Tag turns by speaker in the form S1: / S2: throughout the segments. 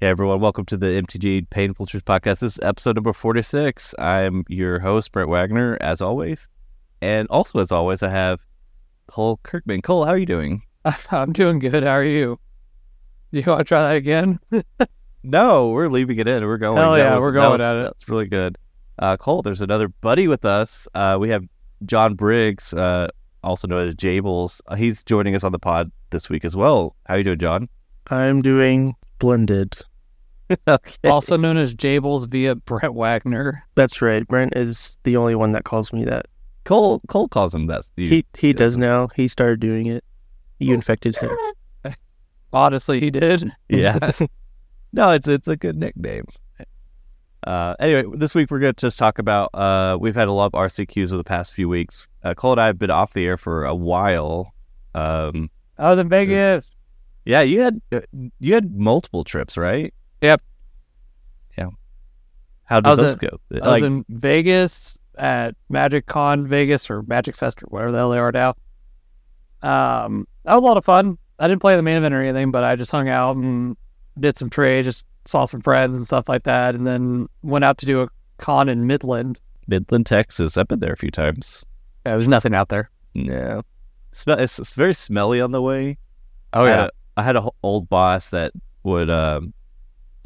S1: Hey everyone, welcome to the MTG Painful Truth Podcast. This is episode number 46. I'm your host, Brett Wagner, as always. And also, as always, I have Cole Kirkman. Cole, how are you doing?
S2: I'm doing good. How are you? You want to try that again?
S1: No, we're leaving it in. We're going.
S2: Hell
S1: That
S2: yeah,
S1: was-
S2: we're
S1: that
S2: going
S1: was-
S2: at it.
S1: That's really good. Uh, Cole, there's another buddy with us. Uh, we have John Briggs, uh, also known as Jables. Uh, He's joining us on the pod this week as well. How you doing, John?
S3: I'm doing blended.
S1: okay.
S2: also known as Jables via Brett Wagner.
S3: That's right. Brent is the only one that calls me that.
S1: Cole Cole calls him that. You-
S3: He he does now. He started doing it. You infected him.
S2: Honestly, he did.
S1: yeah. no, it's it's a good nickname. Uh, anyway, this week we're going to just talk about. Uh, we've had a lot of RCQs over the past few weeks. Uh, Cole and I have been off the air for a while. Um,
S2: Oh, the biggest.
S1: yeah, you had uh, you had multiple trips, right?
S2: Yep.
S1: Yeah. How
S2: I
S1: did
S2: was
S1: those
S2: in-
S1: go?
S2: I was in Vegas at Magic Con Vegas or Magic Fest or whatever the hell they are now. Um, that was a lot of fun. I didn't play the main event or anything, but I just hung out and did some trades, just saw some friends and stuff like that, and then went out to do a con in Midland.
S1: Midland, Texas. I've been there a few times.
S2: Yeah, there's nothing out there.
S1: No, Smell it's, it's very smelly on the way.
S2: Oh
S1: I had a, I had a h- old boss that would um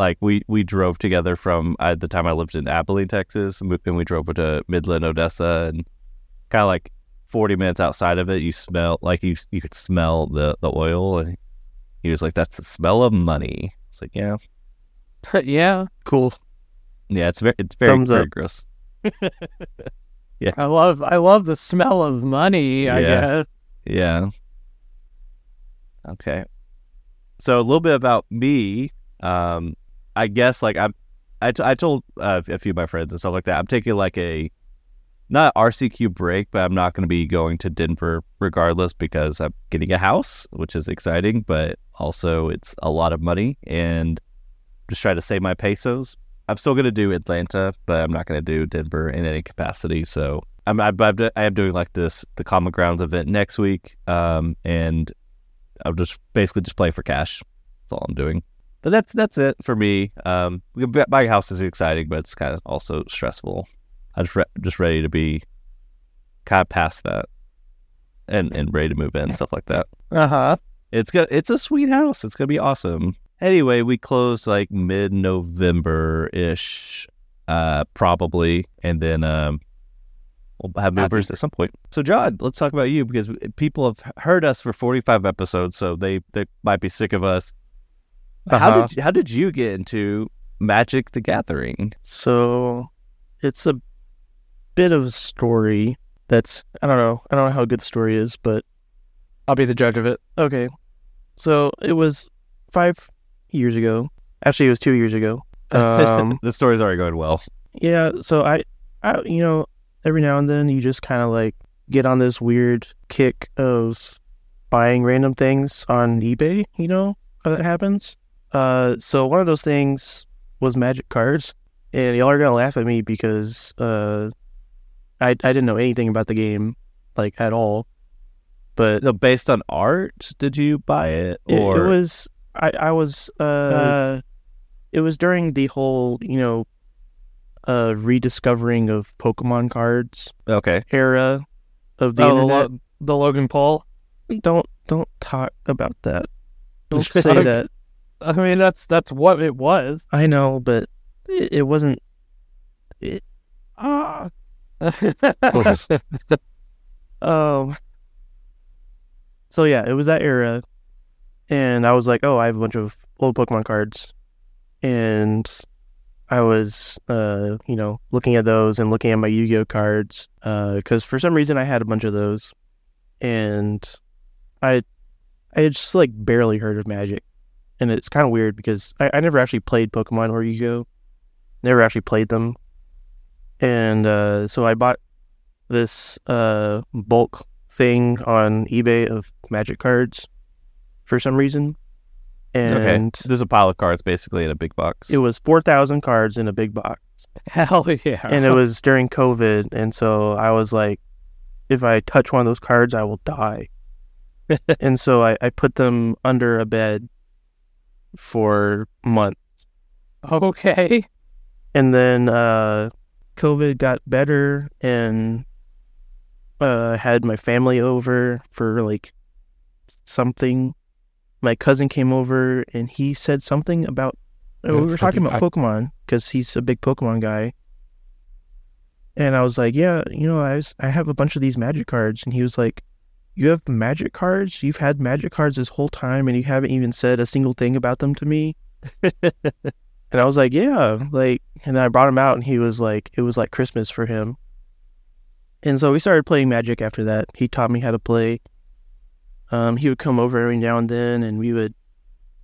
S1: like we we drove together from at the time I lived in Abilene, Texas, and we, and we drove to Midland, Odessa, and kind of like forty minutes outside of it, you smell like you you could smell the the oil, and he was like, "That's the smell of money." It's like, yeah,
S2: yeah.
S3: Cool.
S1: yeah, it's very it's very,
S3: Thumbs
S1: very
S3: up.
S1: gross.
S2: I love I love the smell of money, I
S1: Yeah.
S2: guess.
S1: Yeah. Okay. So a little bit about me. Um, I guess like I'm, I, t- I told uh, a few of my friends and stuff like that. I'm taking like a not RCQ break, but I'm not going to be going to Denver regardless because I'm getting a house, which is exciting, but also it's a lot of money and just try to save my pesos. I'm still going to do Atlanta, but I'm not going to do Denver in any capacity. So I'm, I'm, I'm, do- I am doing like this the Common Grounds event next week, um, and I'm just basically just playing for cash. That's all I'm doing. But that's that's it for me. Um, we- bu- buying a house is exciting, but it's kind of also stressful. I'm just, re- just ready to be kind of past that, and and ready to move in and stuff like that.
S2: Uh-huh.
S1: It's go- it's a sweet house. It's gonna be awesome. Anyway, we closed like mid November ish, uh, probably, and then um, we'll have movers at some point. So, John, let's talk about you because people have heard us for forty five episodes, so they they might be sick of us. How
S3: Uh-huh.
S1: did how did you get into Magic the Gathering?
S3: So it's a bit of a story that's I don't know. I don't know how good the story is, but
S2: I'll be the judge of it.
S3: Okay. So it was five years ago. Actually, it was two years ago. Um,
S1: the story's already going well.
S3: yeah. So I, I, you know, every now and then you just kind of like get on this weird kick of buying random things on eBay. You know how that happens. Uh, so one of those things was magic cards, and y'all are gonna laugh at me because uh, I I didn't know anything about the game like at all, but
S1: So, based on art, did you buy it
S3: it,
S1: or
S3: it was I, I was uh, it was during the whole you know uh rediscovering of pokemon cards
S1: okay?
S3: era of the
S2: oh, the,
S3: internet
S2: Lo- the Logan Paul.
S3: don't don't talk about that don't say
S2: Okay.
S3: that
S2: I mean that's that's what it was.
S3: i know but it, it wasn't it,
S2: Ah.
S3: um so yeah it was that era and i was like oh i have a bunch of old pokemon cards and i was uh you know looking at those and looking at my yu-gi-oh cards uh because for some reason i had a bunch of those and i i had just like barely heard of magic and it's kind of weird because I, I never actually played pokemon or yu-gi-oh never actually played them and uh so i bought this uh bulk thing on eBay of magic cards for some reason.
S1: okay,
S3: And
S1: there's a pile of cards basically in a big box.
S3: it was 4,000 cards in a big box.
S2: Hell yeah.
S3: And it was during COVID. And so I was like, if I touch one of those cards, I will die. and so I, I put them under a bed for months
S2: Okay.
S3: and then uh, COVID got better and uh, had my family over for like something. My cousin came over and he said something about
S4: Yeah,
S3: we were talking
S4: fucking-
S3: about Pokemon because he's a big Pokemon guy. And I was like, yeah, you know, I was, I have a bunch of these magic cards, and he was like, you have magic cards? You've had magic cards this whole time, and you haven't even said a single thing about them to me. And I was like, yeah, like, and I brought him out, and he was like, it was like Christmas for him. And so we started playing Magic after that. He taught me how to play. Um, he would come over every now and then, and we would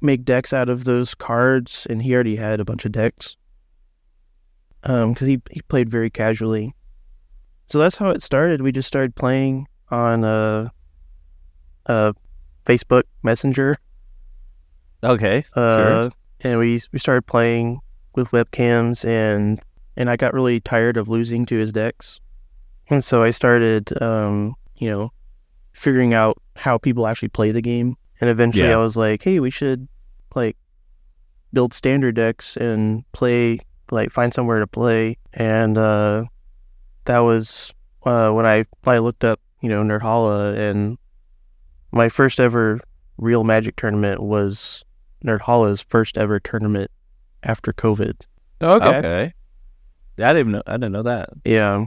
S3: make decks out of those cards. And he already had a bunch of decks because he he played very casually. So that's how it started. We just started playing on uh, uh, Facebook Messenger.
S1: Okay.
S3: Uh, and we we started playing with webcams and and I got really tired of losing to his decks. And so I started um, you know, figuring out how people actually play the game. And eventually
S1: Yeah.
S3: I was like, hey, we should like build standard decks and play like find somewhere to play and uh that was uh when I I looked up, you know, Nerdhalla and my first ever real magic tournament was Nerdhalla's first ever tournament after COVID.
S1: I
S2: Okay.
S1: didn't even know. I didn't know that.
S3: Yeah,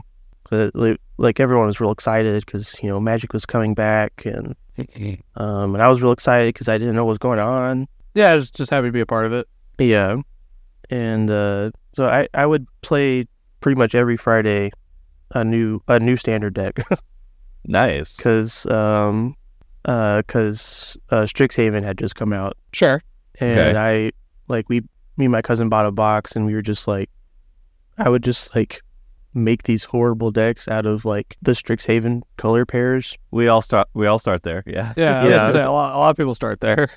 S3: but like, like everyone was real excited because you know Magic was coming back, and um, and I was real excited because I didn't know what was going on.
S2: Yeah, I was just happy to be a part of it.
S3: Yeah, and uh, so I I would play pretty much every Friday a new a new standard deck
S1: Nice.
S3: because um uh 'cause uh, Strixhaven had just come out.
S2: Sure.
S3: and
S1: Okay.
S3: I like we me and my cousin bought a box and we were just like I would just like make these horrible decks out of like the Strixhaven color pairs
S1: We all start. We all start there. Yeah.
S2: Yeah. I was
S3: Yeah.
S2: gonna say, a, lot, a lot of people start there.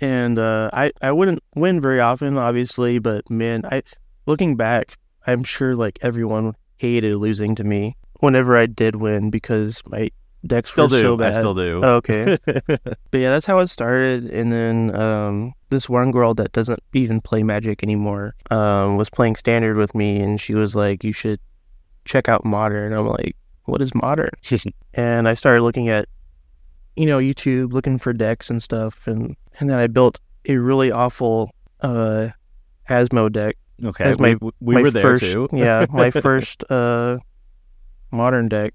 S3: and uh I I wouldn't win very often obviously but man I looking back I'm sure like everyone hated losing to me whenever I did win because my decks
S1: Still
S3: were
S1: do.
S3: so bad
S1: I still do.
S3: okay But yeah, that's how it started. And then um, this one girl that doesn't even play Magic anymore um, was playing Standard with me, and she was like, "You should check out Modern." I'm like, "What is Modern?" and I started looking at, you know, YouTube, looking for decks and stuff, and and then I built a really awful uh, Asmo deck.
S1: okay.
S3: That's my-
S1: we we
S3: My
S1: were there
S3: first,
S1: too.
S3: yeah, my first uh, Modern deck,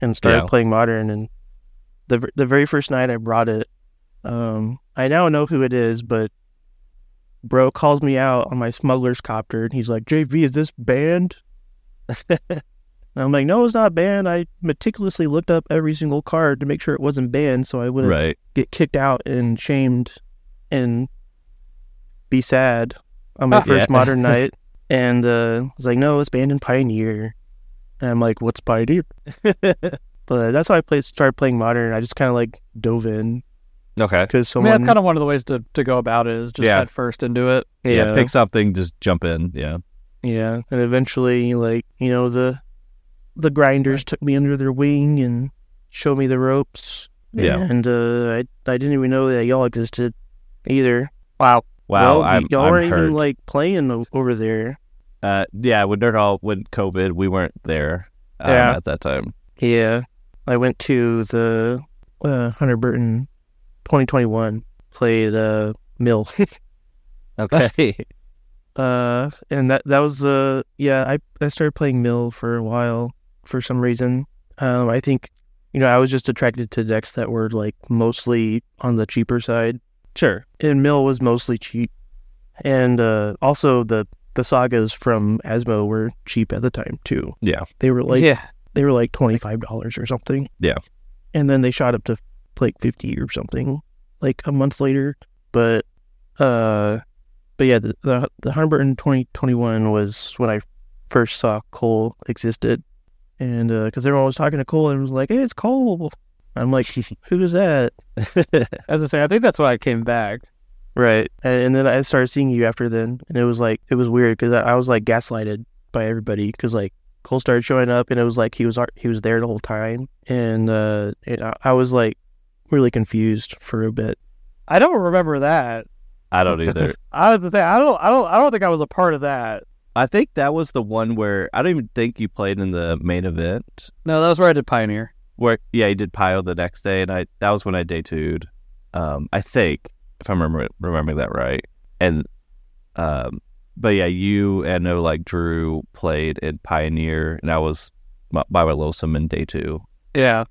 S3: and started
S1: Yeah.
S3: playing Modern. And the v- the very first night I brought it, um, I now know who it is, but bro calls me out on my smuggler's copter, and he's like, "JV, is this banned?" and I'm like, "No, it's not banned. I meticulously looked up every single card to make sure it wasn't banned, so I wouldn't
S1: Right.
S3: get kicked out and shamed and be sad on my
S1: Ah.
S3: first
S1: Yeah.
S3: modern night. And uh, I was like, no, it's banned in Pioneer. And I'm like, what's Pioneer? But that's how I played, started playing modern. I just kind of like dove in
S1: okay.
S2: I
S3: because someone,
S2: mean, that's kind of one of the ways to, to go about it is just
S1: Yeah.
S2: head first into it.
S1: Yeah.
S3: yeah,
S1: Pick something. Just jump in. Yeah.
S3: yeah. And eventually, like you know, the the grinders took me under their wing and showed me the ropes.
S1: Yeah.
S3: and uh, I I didn't even know that y'all existed either. Wow,
S1: Wow.
S3: Well, y-
S1: I'm,
S3: y'all
S1: I'm
S3: weren't
S1: hurt.
S3: even like playing o- over there.
S1: Uh, yeah, when Nerd Hall when COVID, we weren't there um,
S3: Yeah.
S1: at that time.
S3: Yeah, I went to the uh, Hunter Burton 2021 played uh, Mill,
S1: Okay.
S3: uh, and that that was the yeah. I I started playing Mill for a while for some reason. Um, I think you know I was just attracted to decks that were like mostly on the cheaper side.
S1: sure.
S3: and Mill was mostly cheap, and uh, also the the sagas from Asmo were cheap at the time too.
S1: Yeah.
S3: they were like
S2: yeah.
S3: they were like twenty five dollars or something.
S1: Yeah.
S3: and then they shot up to like fifty or something like a month later. But uh, but yeah, the the, the Humberton twenty twenty one was when I first saw Cole existed, and because everyone was talking to Cole and was like, "Hey, it's Cole." I'm like, "Who is that?"
S2: As I say, I think that's why I came back.
S3: Right. And, and then I started seeing you after then. And it was like, it was weird because I, I was like gaslighted by everybody because like Cole started showing up and it was like he was ar- he was there the whole time. And, uh, and I, I was like really confused for a bit.
S2: I don't remember that.
S1: I don't either.
S2: I was the thing. I don't. I don't. I don't think I was a part of that.
S1: I think that was the one where I don't even think you played in the main event.
S2: No, that was where I did Pioneer.
S1: Where yeah, you did Pio the next day, and I that was when I day two'd. Um, I think if I'm remember, remembering that right, and um, but yeah, you and no like Drew played in Pioneer, and I was by my Losum in day two.
S2: Yeah.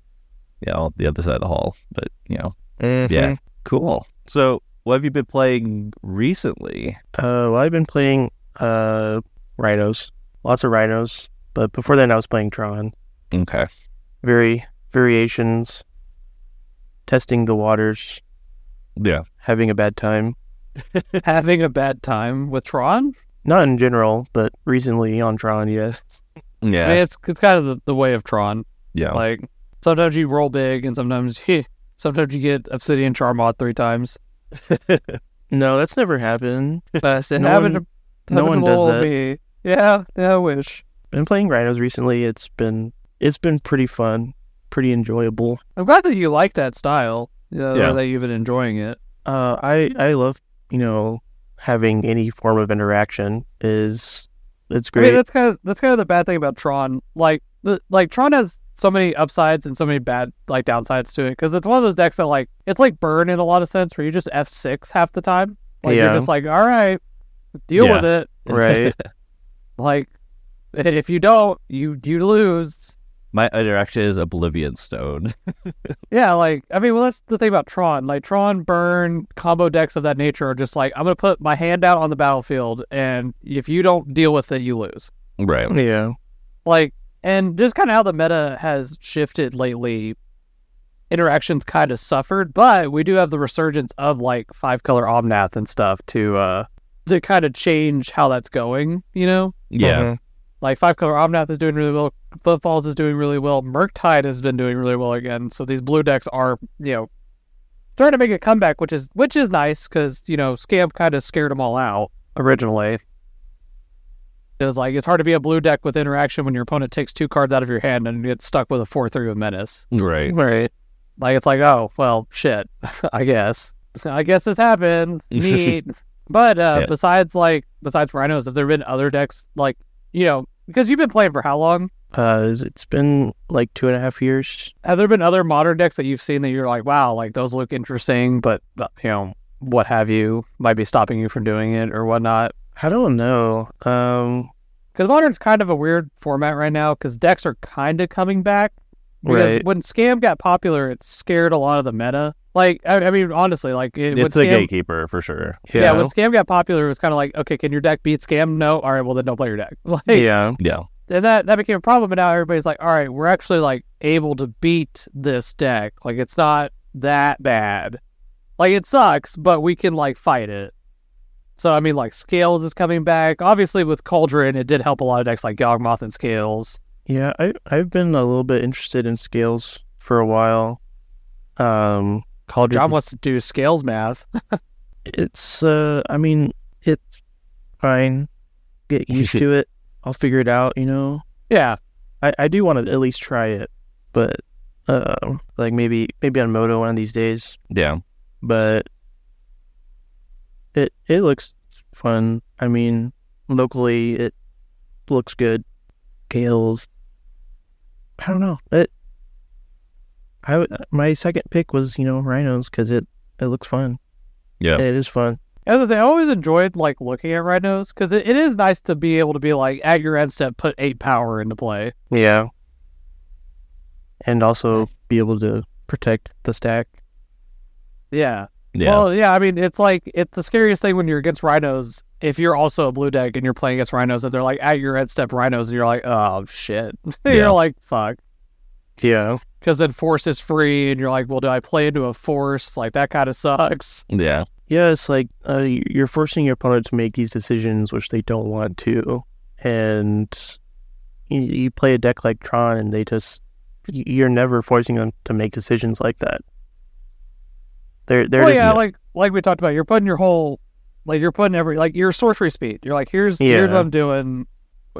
S1: Yeah, on the other side of the hall, but you know, yeah,
S2: Mm-hmm.
S1: cool. So, what have you been playing recently?
S3: Uh, well, I've been playing uh, rhinos, lots of rhinos. But before then, I was playing Tron.
S1: Okay,
S3: Very variations, testing the waters,
S1: yeah,
S3: having a bad time.
S2: Having a bad time with Tron.
S3: Not in general, but recently on Tron, yes.
S2: I mean,
S1: yeah,
S2: it's it's kind of the, the way of Tron.
S3: Oh.
S1: yeah.
S2: Like sometimes you roll big, and sometimes you sometimes you get Obsidian Charmod three times.
S3: No, that's never happened.
S2: But it
S3: No
S2: happened
S3: one-
S2: to
S3: no
S2: happened to
S3: one does
S2: old
S3: that.
S2: me. Yeah, yeah, I wish.
S3: Been playing rhinos recently. It's been it's been pretty fun, pretty enjoyable.
S2: I'm glad that you like that style. You know,
S1: Yeah.
S2: That you've been enjoying it.
S3: Uh, I I love you know having any form of interaction is it's
S2: I
S3: great.
S2: mean, that's kind of that's kind of the bad thing about Tron. Like, the, like Tron has so many upsides and so many bad like downsides to it because it's one of those decks that like it's like burn in a lot of sense where you just F six half the time. Like
S3: Yeah.
S2: you're just like, all right, deal
S1: Yeah.
S2: with it.
S3: right.
S2: Like, if you don't, you you lose.
S1: My interaction is Oblivion Stone.
S2: Yeah, like I mean, well, that's the thing about Tron. Like Tron, Burn, combo decks of that nature are just like I'm gonna put my hand out on the battlefield, and if you don't deal with it, you lose.
S1: Right.
S3: yeah.
S2: Like, and just kind of how the meta has shifted lately, interactions kind of suffered, but we do have the resurgence of like five color Omnath and stuff to uh to kind of change how that's going. You know,
S1: Yeah.
S3: Mhm.
S2: like five color Omnath is doing really well. Footfalls is doing really well. Murktide has been doing really well again. So these blue decks are, you know, starting to make a comeback, which is which is nice because you know Scamp kind of scared them all out originally. It was like it's hard to be a blue deck with interaction when your opponent takes two cards out of your hand and gets stuck with a four three with menace.
S1: Right.
S3: Uh-huh. Right.
S2: Like it's like oh well shit, I guess I guess this happened. Neat. but uh,
S1: Yeah.
S2: besides like besides rhinos, have there been other decks like you know because you've been playing for how long?
S3: Uh, it's been like two and a half years.
S2: Have there been other modern decks that you've seen that you're like, wow, like those look interesting, but but, you know, what have you might be stopping you from doing it or whatnot?
S3: I don't know. Um,
S2: Because modern's kind of a weird format right now because decks are kind of coming back. Because
S3: Right.
S2: when scam got popular, it scared a lot of the meta. Like, I, I mean, honestly, like it,
S1: It's a
S2: when scam,
S1: gatekeeper for sure.
S2: Yeah, when scam got popular, it was kind of like, okay, can your deck beat scam? No, all right, well then don't play your deck. Like,
S3: yeah.
S1: Yeah.
S2: and that that became a problem. And now everybody's like, all right, we're actually like able to beat this deck. Like it's not that bad. Like it sucks, but we can like fight it. So I mean, like scales is coming back. Obviously, with Cauldron, it did help a lot of decks like Yawgmoth and Scales.
S3: Yeah, I I've been a little bit interested in scales for a while. Um, Cauldron.
S2: John wants to do Scales math.
S3: it's uh, I mean, it's fine. Get used to it. I'll figure it out. You know,
S2: yeah,
S3: I I do want to at least try it, but um, like maybe maybe on Moto one of these days.
S1: Yeah.
S3: But it it looks fun. I mean, locally it looks good. Gales. I don't know. It. I would- my second pick was you know rhinos because it it looks fun.
S1: Yeah.
S3: it is fun.
S2: As I say, I always enjoyed like looking at rhinos because it, it is nice to be able to be like at your end step, put eight power into play.
S3: Yeah. And also be able to protect the stack.
S2: Yeah.
S1: Yeah.
S2: Well, yeah, I mean, it's like it's the scariest thing when you're against rhinos. If you're also a blue deck and you're playing against rhinos, and they're like at your end step rhinos, and you're like, oh shit,
S1: Yeah.
S2: you're like fuck,
S3: Yeah.
S2: because then force is free, and you're like, well, do I play into a force? Like that kind of sucks.
S1: yeah.
S3: Yeah, it's like uh, you're forcing your opponent to make these decisions which they don't want to, and you, you play a deck like Tron, and they just y- you're never forcing them to make decisions like that. They're they're
S2: Well,
S3: just
S2: yeah, like like we talked about, you're putting your whole, like you're putting every like your sorcery speed. You're like, here's here's
S3: Yeah.
S2: what I'm doing.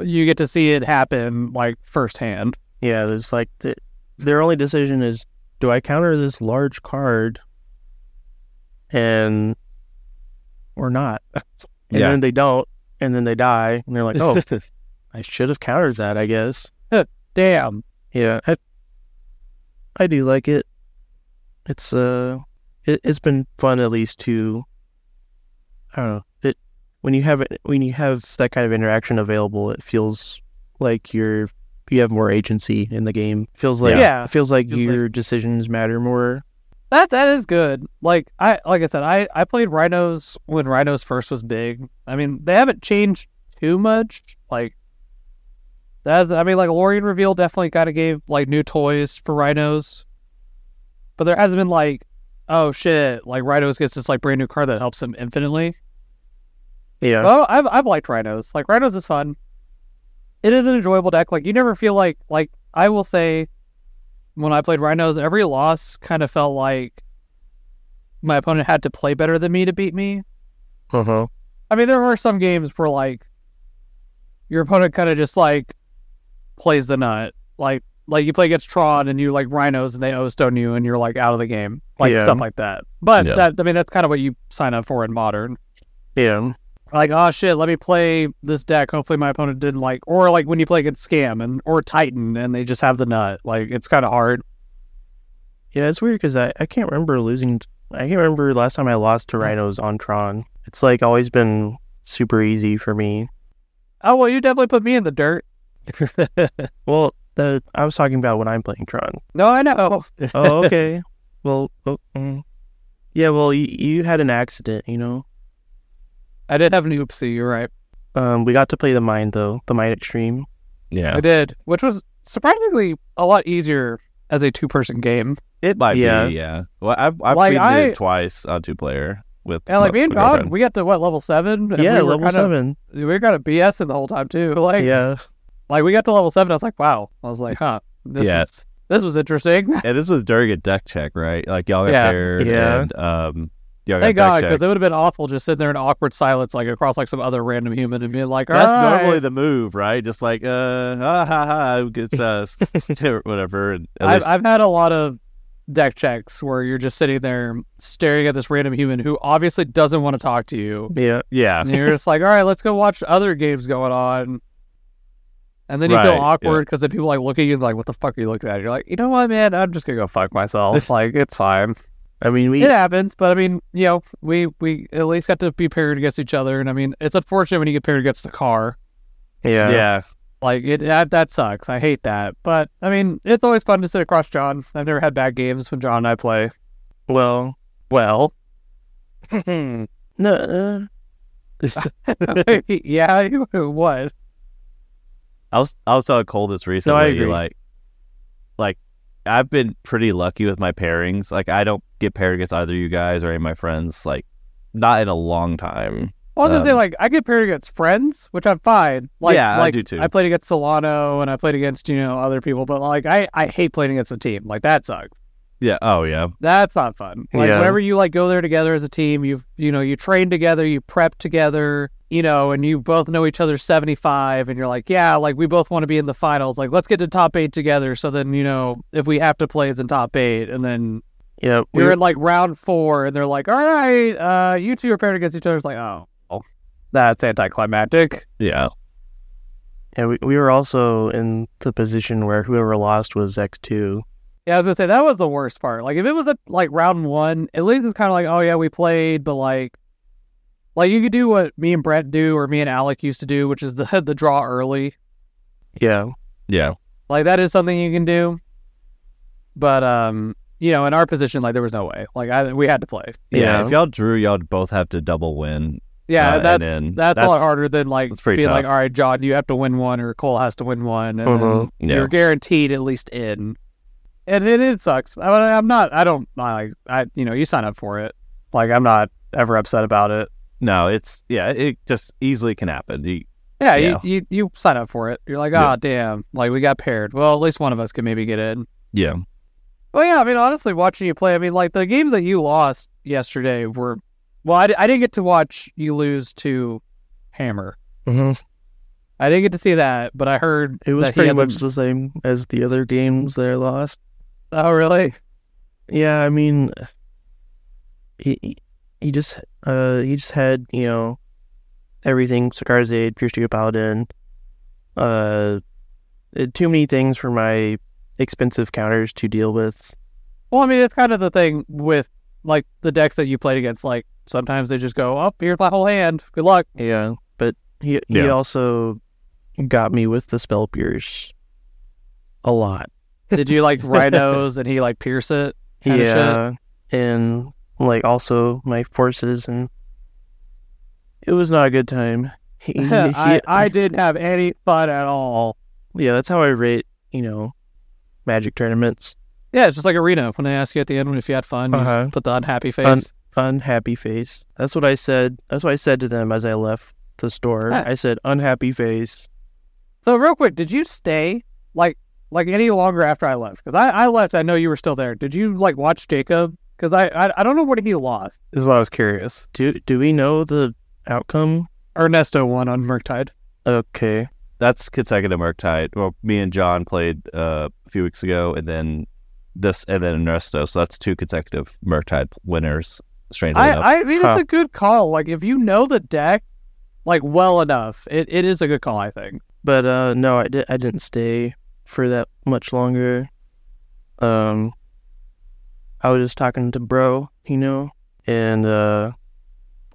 S2: You get to see it happen like firsthand.
S3: yeah. There's like the, their only decision is do I counter this large card, and or not. And
S1: Yeah.
S3: then they don't, and then they die, and they're like, oh, I should have countered that, I guess.
S2: Damn.
S3: Yeah, I, I do like it. It's uh, it, it's been fun at least to. I don't know it when you have it when you have that kind of interaction available. It feels like you're you have more agency in the game. Feels like
S2: Yeah.
S3: it feels like
S2: Feels like-
S3: your decisions matter more.
S2: That that is good. Like I like I said, I I played Rhinos when Rhinos first was big. I mean, they haven't changed too much. Like that's I mean, like Lorien reveal definitely kind of gave like new toys for Rhinos, but there hasn't been like oh shit, like Rhinos gets this like brand new car that helps him infinitely.
S3: Yeah,
S2: Oh, I've I've liked rhinos. Like rhinos is fun. It is an enjoyable deck. Like you never feel like like I will say, when I played rhinos, every loss kind of felt like my opponent had to play better than me to beat me. Oh.
S3: uh huh.
S2: I mean, there are some games where like your opponent kind of just like plays the nut. Like like you play against Tron and you like rhinos and they O stone you and you're like out of the game. Like
S3: Yeah.
S2: stuff like that. But
S1: Yeah.
S2: that I mean that's kind of what you sign up for in modern
S3: Yeah,
S2: like oh shit let me play this deck hopefully my opponent didn't like or like when you play against scam and or titan and they just have the nut like it's kind of hard
S3: yeah. It's weird because I I can't remember losing. I can't remember last time I lost
S2: Mm.
S3: to rhinos on Tron. It's like always been super easy for me.
S2: oh well you definitely put me in the dirt
S3: Well, the I was talking about when I'm playing Tron.
S2: no i know
S3: Oh, okay. well, oh, mm. yeah. Well, you, you had an accident, you know.
S2: i did have an oopsie you're right
S3: Um, we got to play the mine though, the mine extreme.
S1: Yeah,
S2: i did which was surprisingly a lot easier as a two-person game
S1: it might
S3: Yeah.
S1: be. Yeah, well, I've I've
S2: Like,
S1: like,
S2: I-
S1: it twice on two player with
S2: and like me and
S1: with my
S2: god
S1: friend.
S2: we got to what level seven and
S3: yeah,
S2: we were
S3: level
S2: kind
S3: seven.
S2: we were kind of bsing the whole time too like
S3: yeah,
S2: like we got to level seven i was like wow i was like huh this
S1: Yeah.
S2: is this was interesting
S1: And this was during a deck check, right? Like y'all got
S2: Yeah.
S1: paired.
S3: Yeah.
S1: and um, y'all got deck
S2: Thank God,
S1: checked.
S2: because it would have been awful just sitting there in awkward silence, like across like some other random human, and being like,
S1: That's
S2: "All right."
S1: normally the move, right? Just like uh, ah, ha, ha, it's us, or whatever. And at
S2: I've,
S1: least-
S2: I've had a lot of deck checks where you're just sitting there staring at this random human who obviously doesn't want to talk to you,
S3: yeah,
S1: yeah,
S2: and you're just like, "All right, let's go watch other games going on," and then you
S1: Right,
S2: feel
S1: yeah.
S2: awkward because then people like look at you and like, "What the fuck are you looking at?" You're like, "You know what, man? I'm just gonna go fuck myself. like, it's fine.
S3: I mean, we
S2: It happens, but I mean, you know, we we at least got to be paired against each other, and I mean, it's unfortunate when you get paired against the car."
S3: yeah,
S1: yeah.
S2: Like it that, that sucks. I hate that. But I mean, it's always fun to sit across John. I've never had bad games when John and I play.
S3: Well,
S2: Well,
S3: no, uh,
S2: Ah. yeah, you- what?
S1: I was I was telling Cole this recently.
S3: agree.
S1: Like, like I've been pretty lucky with my pairings. Like I don't get paired against either you guys or any of my friends. Like not in a long time.
S2: Well, I was gonna say
S1: Um,
S2: like I get paired against friends, which I'm fine. Like,
S1: Yeah, I
S2: like,
S1: do too.
S2: I played against Solano and I played against you know other people, but like I I hate playing against the team. Like that sucks.
S1: Yeah. Oh yeah.
S2: That's not fun. Like
S3: Yeah.
S2: whenever you like go there together as a team, you have you know you train together, you prep together, you know, and you both know each other seventy five, and you're like, yeah, like we both want to be in the finals. Like let's get to top eight together. So then you know if we have to play, it's in top eight, and then
S3: yeah, we
S2: we are in like round four, and they're like, all right, uh, you two are paired against each other. It's like, oh, well, that's anticlimactic.
S1: Yeah.
S3: yeah, we, we were also in the position where whoever lost was X two.
S2: Yeah, I was gonna say that was the worst part. Like if it was a like round one, at least it's kind of like, oh yeah, we played, but like, like you could do what me and Brett do, or me and Alec used to do, which is the the draw early.
S3: Yeah,
S1: Yeah.
S2: Like that is something you can do. But um, you know, in our position, like there was no way. Like I we had to play.
S1: Yeah.
S3: Yeah.
S1: If y'all drew, y'all both have to double win.
S2: Yeah,
S1: uh,
S2: that
S1: and then
S2: that's, a lot harder than like
S1: that's
S2: being
S1: pretty
S2: like,
S1: tough. Mm-hmm.
S2: all right, John, you have to win one, or Cole has to win one, and then
S3: Uh-huh.
S1: Yeah.
S2: you're guaranteed at least in. And it, it sucks. I, I'm not. I don't I, like. I you know you sign up for it. Like I'm not ever upset about it.
S1: No, it's yeah. It just easily can happen. You-
S2: Yeah,
S1: Yeah.
S2: You, you you sign up for it. You're like,
S1: Yeah.
S2: ah, damn. Like we got paired. Well, at least one of us could maybe get in.
S1: yeah.
S2: Well, yeah, I mean, honestly, watching you play, I mean, like the games that you lost yesterday were, well, I, di- I didn't get to watch you lose to Hammer.
S3: Mhm.
S2: I didn't get to see that, but I heard
S3: it
S2: Mm-hmm.
S3: was
S2: that he
S3: pretty
S2: had
S3: much
S2: The,
S3: the same as the other games that I lost.
S2: oh, really?
S3: Yeah, I mean, he, he just uh he just had you know everything Sakara's aid, Pure Studio Paladin, uh, uh, too many things for my expensive counters to deal with.
S2: Well, I mean, it's kind of the thing with like the decks that you played against. Like sometimes they just go, "Up, here's my whole hand. Good luck."
S3: Yeah, but he he
S1: Yeah.
S3: also got me with the spell pierce a lot.
S2: Did you like rhinos and he like pierce it? Kinda shit.
S3: yeah, and like also my forces and it was not a good time. He, he-
S2: I, I didn't have any fun at all.
S3: yeah, that's how I rate you know magic tournaments.
S2: Yeah, it's just like a Reno. When they ask you at the end if you had fun, you
S3: Uh-huh.
S2: just put the unhappy face.
S3: Un- unhappy face. That's what I said. That's what I said to them as I left the store.
S2: Ah.
S3: I said unhappy face.
S2: so real quick, did you stay like like any longer after I left? Because I, I left, I know you were still there. Did you like watch Jacob? Because I, I I don't know what he lost. Is what I was curious.
S3: Do do we know the outcome?
S2: Ernesto won on Murktide.
S3: Okay.
S1: That's consecutive Murktide. Well, me and John played uh, a few weeks ago, and then this, and then Ernesto. So that's two consecutive Murktide winners. Strangely enough,
S2: I, I mean,
S3: Huh.
S2: it's a good call. Like if you know the deck like well enough, it, it is a good call. I think.
S3: But uh no, I, di- I didn't stay for that much longer. Um I was just talking to bro, you know, and uh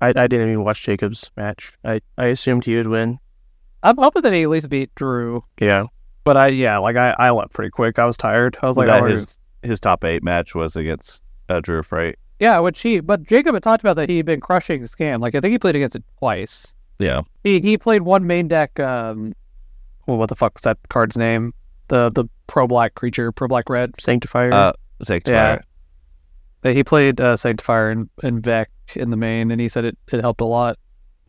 S3: I, I didn't even watch Jacob's match. I, I assumed he would win.
S2: I'm hoping that he at least beat Drew.
S3: Yeah.
S2: But I yeah, like I I left pretty quick. I was tired. I was like,
S1: That
S2: oh,
S1: is- his top eight match was against uh, Drew Fright.
S2: Yeah, which he but Jacob had talked about that he had been crushing Scan. Like I think he played against it twice.
S1: Yeah,
S2: He he played one main deck. Um, well, what the fuck was that card's name? The the pro black creature, pro black red.
S3: Sanctifier.
S1: Uh, Sanctifier.
S2: That he played uh, Sanctifier and, and Vec in the main, and he said it, it helped a lot.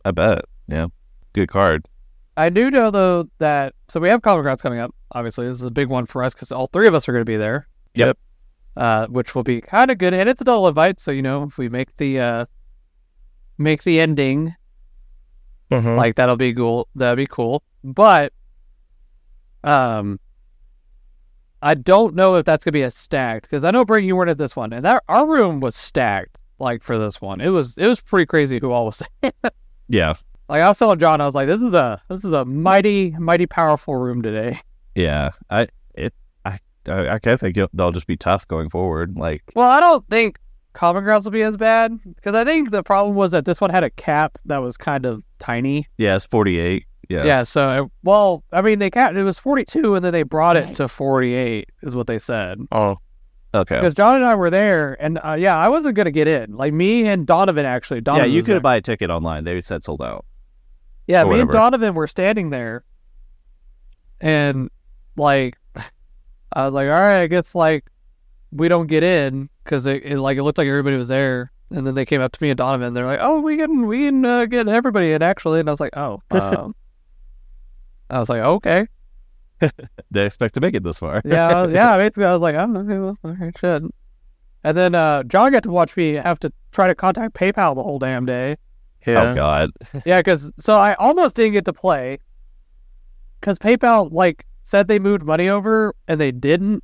S1: I bet. Yeah, good card.
S2: I do know though that so we have Common Grounds coming up. Obviously, this is a big one for us because all three of us are going to be there.
S1: Yep.
S2: Uh, which will be kind of good, and it's adult invite, so you know if we make the uh, make the ending,
S3: Mhm.
S2: Like that'll be cool. That'll be cool. But um I don't know if that's gonna be a stacked because I know Brady, you weren't at this one, and that our room was stacked. Like for this one, it was it was pretty crazy who all was.
S1: Yeah,
S2: Like I was telling John, I was like, this is a this is a mighty mighty powerful room today.
S1: yeah. I it I I, I kinda think you'll- they'll just be tough going forward. Like
S2: Well, I don't think Common Grounds will be as bad because I think the problem was that this one had a cap that was kind of tiny.
S1: yeah, it's forty eight. Yeah.
S2: Yeah. so well, I mean, they capped it was forty two, and then they brought it to forty eight, is what they said.
S3: oh.
S1: Okay.
S2: because John and I were there, and uh, yeah, I wasn't gonna get in. Like me and Donovan actually.
S1: Yeah,
S2: Donovan
S1: you
S2: was there.
S1: could buy a ticket online. They said sold out.
S2: Yeah,
S1: or
S2: me and
S1: whatever.
S2: Donovan were standing there, and like, I was like, all right, I guess like we don't get in because it, it like it looked like everybody was there, and then they came up to me and Donovan. They're like, oh, we can we can uh, get everybody in actually, and I was like, oh, um, I was like, okay,
S1: They expect to make it this far.
S2: yeah, yeah. Basically, I was like, oh, okay, well, all right, shit. And then uh, John got to watch me have to try to contact PayPal the whole damn day.
S3: Yeah.
S1: Oh God.
S2: yeah, because so I almost didn't get to play because PayPal like said they moved money over and they didn't.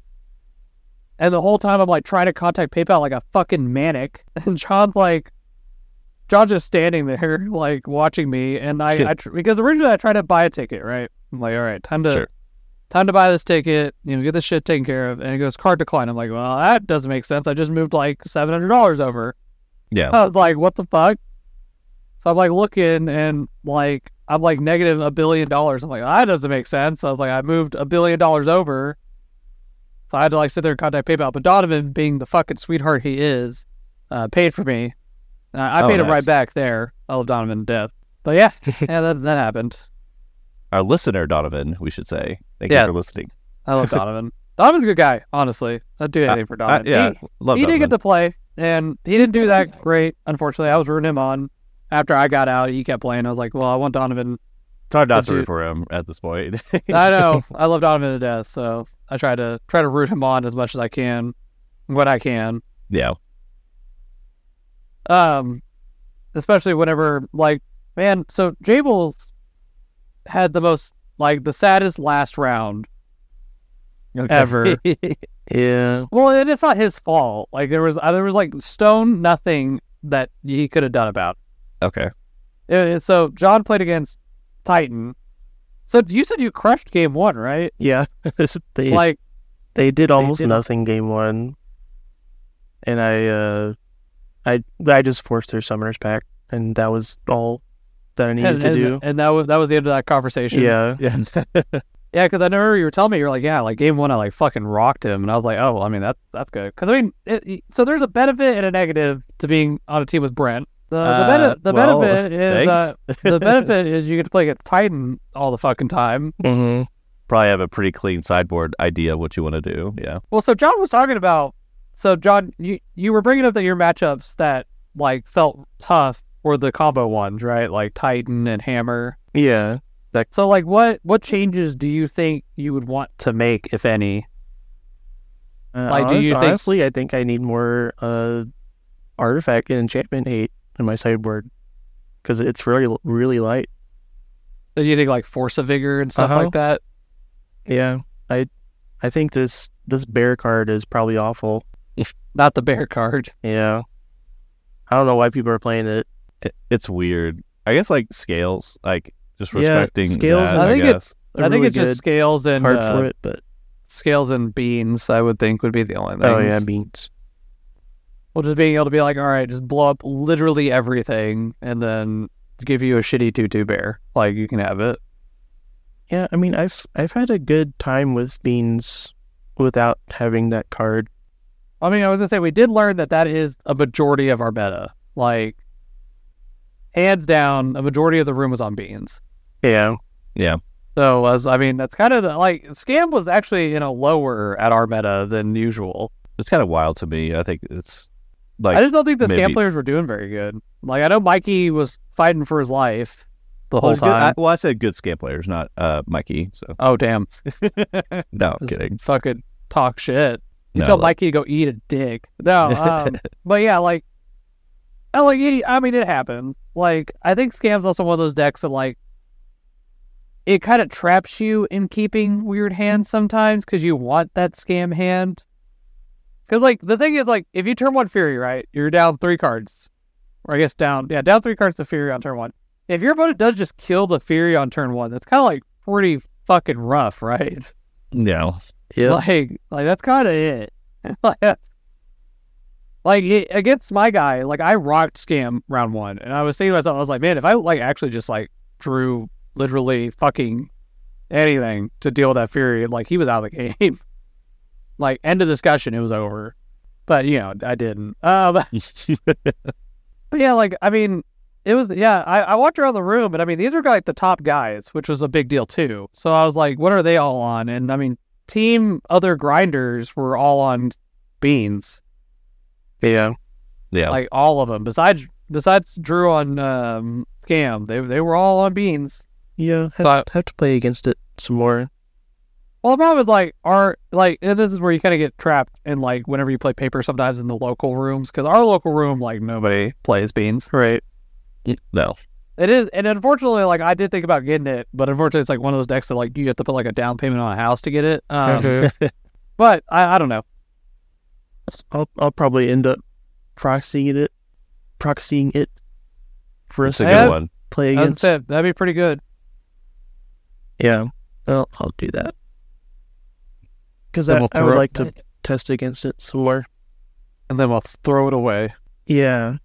S2: And the whole time I'm like trying to contact PayPal like a fucking manic, and John's like, John's just standing there like watching me, and
S1: Shit.
S2: I, I tr- because originally I tried to buy a ticket, right? I'm like, all right, time to
S1: Sure.
S2: time to buy this ticket, you know, get this shit taken care of, and it goes card decline. I'm like, well, that doesn't make sense. I just moved like seven hundred dollars over.
S1: Yeah.
S2: I was like, what the fuck? So I'm like looking and like I'm like negative a billion dollars. I'm like, that doesn't make sense. I was like, I moved a billion dollars over. So I had to like sit there and contact PayPal. But Donovan, being the fucking sweetheart he is, uh, paid for me. Uh, I
S1: Oh,
S2: paid him
S1: nice.
S2: right back there. I love Donovan to death. But yeah, yeah, that, that happened.
S1: Our listener Donovan, we should say. Thank
S2: Yeah.
S1: you for listening.
S2: I love Donovan. Donovan's a good guy, honestly. I'd do anything for
S1: Uh,
S2: Donovan.
S1: yeah.
S2: He-
S1: love
S2: he
S1: Donovan.
S2: did get to play, and he didn't do that great. Unfortunately, I was rooting him on. After I got out, he kept playing. I was like, "Well, I want Donovan."
S1: it's hard not
S2: the
S1: to root
S2: dude-
S1: for him at this point.
S2: I know I love Donovan to death, so I try to try to root him on as much as I can, when I can.
S1: yeah.
S2: Um, especially whenever like man, so Jables had the most like the saddest last round ever.
S3: Yeah.
S2: Well, and it's not his fault. Like there was uh, there was like stone nothing that he could have done about.
S1: Okay.
S2: Yeah, yeah, so John played against Titan. So you said you crushed game one, right?
S3: Yeah, they
S2: Like
S3: they did almost
S2: did-
S3: nothing game one, and I uh, I I just forced their summoners pack, and that was all that I needed
S2: and,
S3: to
S2: and-
S3: do.
S2: and that was that was the end of that conversation.
S3: Yeah,
S1: Yeah.
S2: yeah. Because I remember you were telling me you were like, yeah, like game one, I like fucking rocked him, and I was like, oh, well, I mean that's that's good. Because I mean, it, so there's a benefit and a negative to being on a team with Brent. The, the,
S1: Uh,
S2: bene- the
S1: well,
S2: benefit is uh,
S1: thanks.
S2: the benefit is you get to play against Titan all the fucking time.
S3: mm-hmm.
S1: Probably have a pretty clean sideboard idea what you want to do. Yeah.
S2: Well, so John was talking about. So John, you you were bringing up that your matchups that like felt tough were the combo ones, right? Like Titan and Hammer.
S3: yeah.
S2: So like, what what changes do you think you would want to make, if any?
S3: Uh,
S2: Like, do you think-
S3: honestly, I think I need more uh, artifact and enchantment hate in my sideboard because it's really really light.
S2: Do you think like Force of Vigor and stuff
S3: Uh-huh.
S2: like that?
S3: Yeah, I I think this this bear card is probably awful.
S2: Not the bear card.
S3: Yeah, I don't know why people are playing it.
S1: It, it's weird. I guess like scales, like just
S3: Yeah,
S1: respecting
S3: scales
S1: that,
S3: is-
S1: I,
S2: I think
S1: guess.
S3: A
S2: I think
S3: really
S2: it's just
S3: good
S2: scales and
S3: card
S2: uh,
S3: for it, but
S2: scales and beans. I would think would be the only thing.
S3: oh yeah, beans.
S2: Well, just being able to be like, all right, just blow up literally everything, and then give you a shitty two two bear. Like you can have it.
S3: Yeah, I mean, I've I've had a good time with beans without having that card.
S2: I mean, I was gonna say we did learn that that is a majority of our meta. Like, hands down, a majority of the room was on beans.
S3: Yeah,
S2: So, as I mean, that's kind of the, like scam was actually you know lower at our meta than usual.
S1: It's kind of wild to me. I think it's
S2: I
S1: like
S2: just don't think the
S1: maybe-
S2: scam players were doing very good. Like, I know Mikey was fighting for his life the whole
S1: well, good- I,
S2: time.
S1: well, I said good scam players, not uh Mikey. So
S2: oh damn,
S1: no, I'm
S2: Just
S1: kidding.
S2: fucking talk shit. You
S1: No,
S2: tell
S1: like-
S2: Mikey to go eat a dick. No, um, but yeah, like, I like. it- I mean, it happens. Like, I think Scam's also one of those decks that like, it kind of traps you in keeping weird hands sometimes because you want that Scam hand. Because like the thing is like, if you turn one Fury right, you're down three cards, or I guess down yeah down three cards to Fury on turn one. If your opponent does just kill the Fury on turn one, that's kind of like pretty fucking rough, right?
S1: no.
S3: Yep.
S2: Like, like that's kind of it. like, like it, against my guy, like I rocked scam round one, and I was thinking to myself, I was like, man, if I like actually just like drew literally fucking anything to deal with that fury, like he was out of the game. like end of discussion, it was over. But you know, I didn't. Um, but yeah, like I mean, it was yeah. I, I walked around the room, and I mean, these were like the top guys, which was a big deal too. So I was like, what are they all on? And I mean, team other grinders were all on beans,
S3: yeah,
S1: yeah.
S2: like all of them. Besides besides Drew on um, scam, they they were all on beans.
S3: yeah. Have,
S2: So I-
S3: have to play against it some more.
S2: Well, the problem is like our like and this is where you kind of get trapped in like whenever you play paper sometimes in the local rooms because our local room like nobody plays beans.
S3: Right.
S1: no.
S2: It is, and unfortunately, like I did think about getting it, but unfortunately, it's like one of those decks that like you have to put like a down payment on a house to get it. Um, but I, I don't know.
S3: I'll I'll probably end up proxying it, proxying it for a
S1: It's a
S3: second
S1: good
S2: have-
S1: one.
S3: play
S2: As I
S3: against.
S2: said, that'd be pretty good.
S3: Yeah, well, I'll do that because I,
S2: Then we'll
S3: I would
S2: throw-
S3: like to test against it some more.
S2: And then we'll throw it away.
S3: Yeah,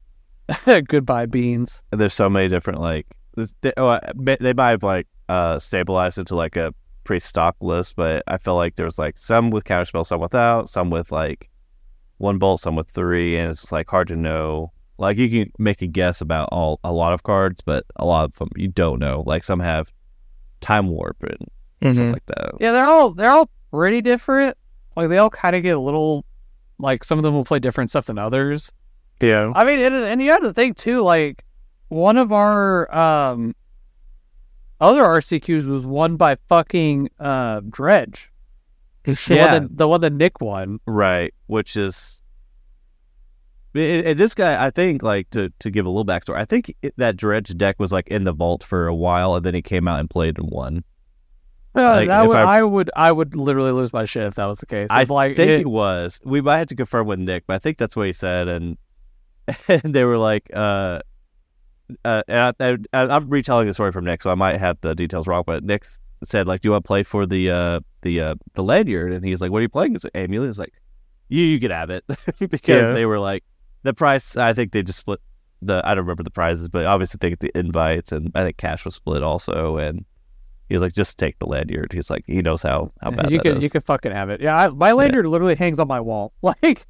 S2: Goodbye, beans.
S1: And there's so many different like this- they, oh, I- ma- they might have like uh stabilized it to like a pre stock list, but I feel like there's like some with counterspell, some without, some with like one bolt, some with three, and it's just, like hard to know. Like you can make a guess about all a lot of cards, but a lot of them you don't know. Like some have time warp and
S3: Mm-hmm.
S1: stuff like that.
S2: Yeah, they're all they're all pretty different. Like they all kind of get a little, like some of them will play different stuff than others.
S3: yeah,
S2: I mean, and, and you have to think too, like one of our um other RCQs was won by fucking uh Dredge, the
S1: Yeah.
S2: one that, the one that Nick won.
S1: Right, which is and- and this guy. I think like to to give a little backstory. I think it, that dredge deck was like in the vault for a while, and then he came out and played and won.
S2: Yeah,
S1: Like,
S2: that
S1: if
S2: would,
S1: I-
S2: I, would I would literally lose my shit if that was the case.
S1: I
S2: It's like
S1: think
S2: it-
S1: he was. We might have to confirm with Nick, but I think that's what he said. And and they were like, uh, uh, and I, I, I'm retelling the story from Nick, so I might have the details wrong, but Nick said like, "Do you want to play for the uh, the uh, the lanyard?" And he's like, "What are you playing?" It's like, amulet. It's like, "You you can have it," because
S3: Yeah.
S1: they were like the price. I think they just split the. I don't remember the prizes, but obviously they get the invites, and I think cash was split also. And he was like, "Just take the lanyard." He's like, he knows how how bad
S2: you
S1: that
S2: could
S1: is.
S2: you could fucking have it. Yeah, I, my lanyard literally hangs on my wall. Like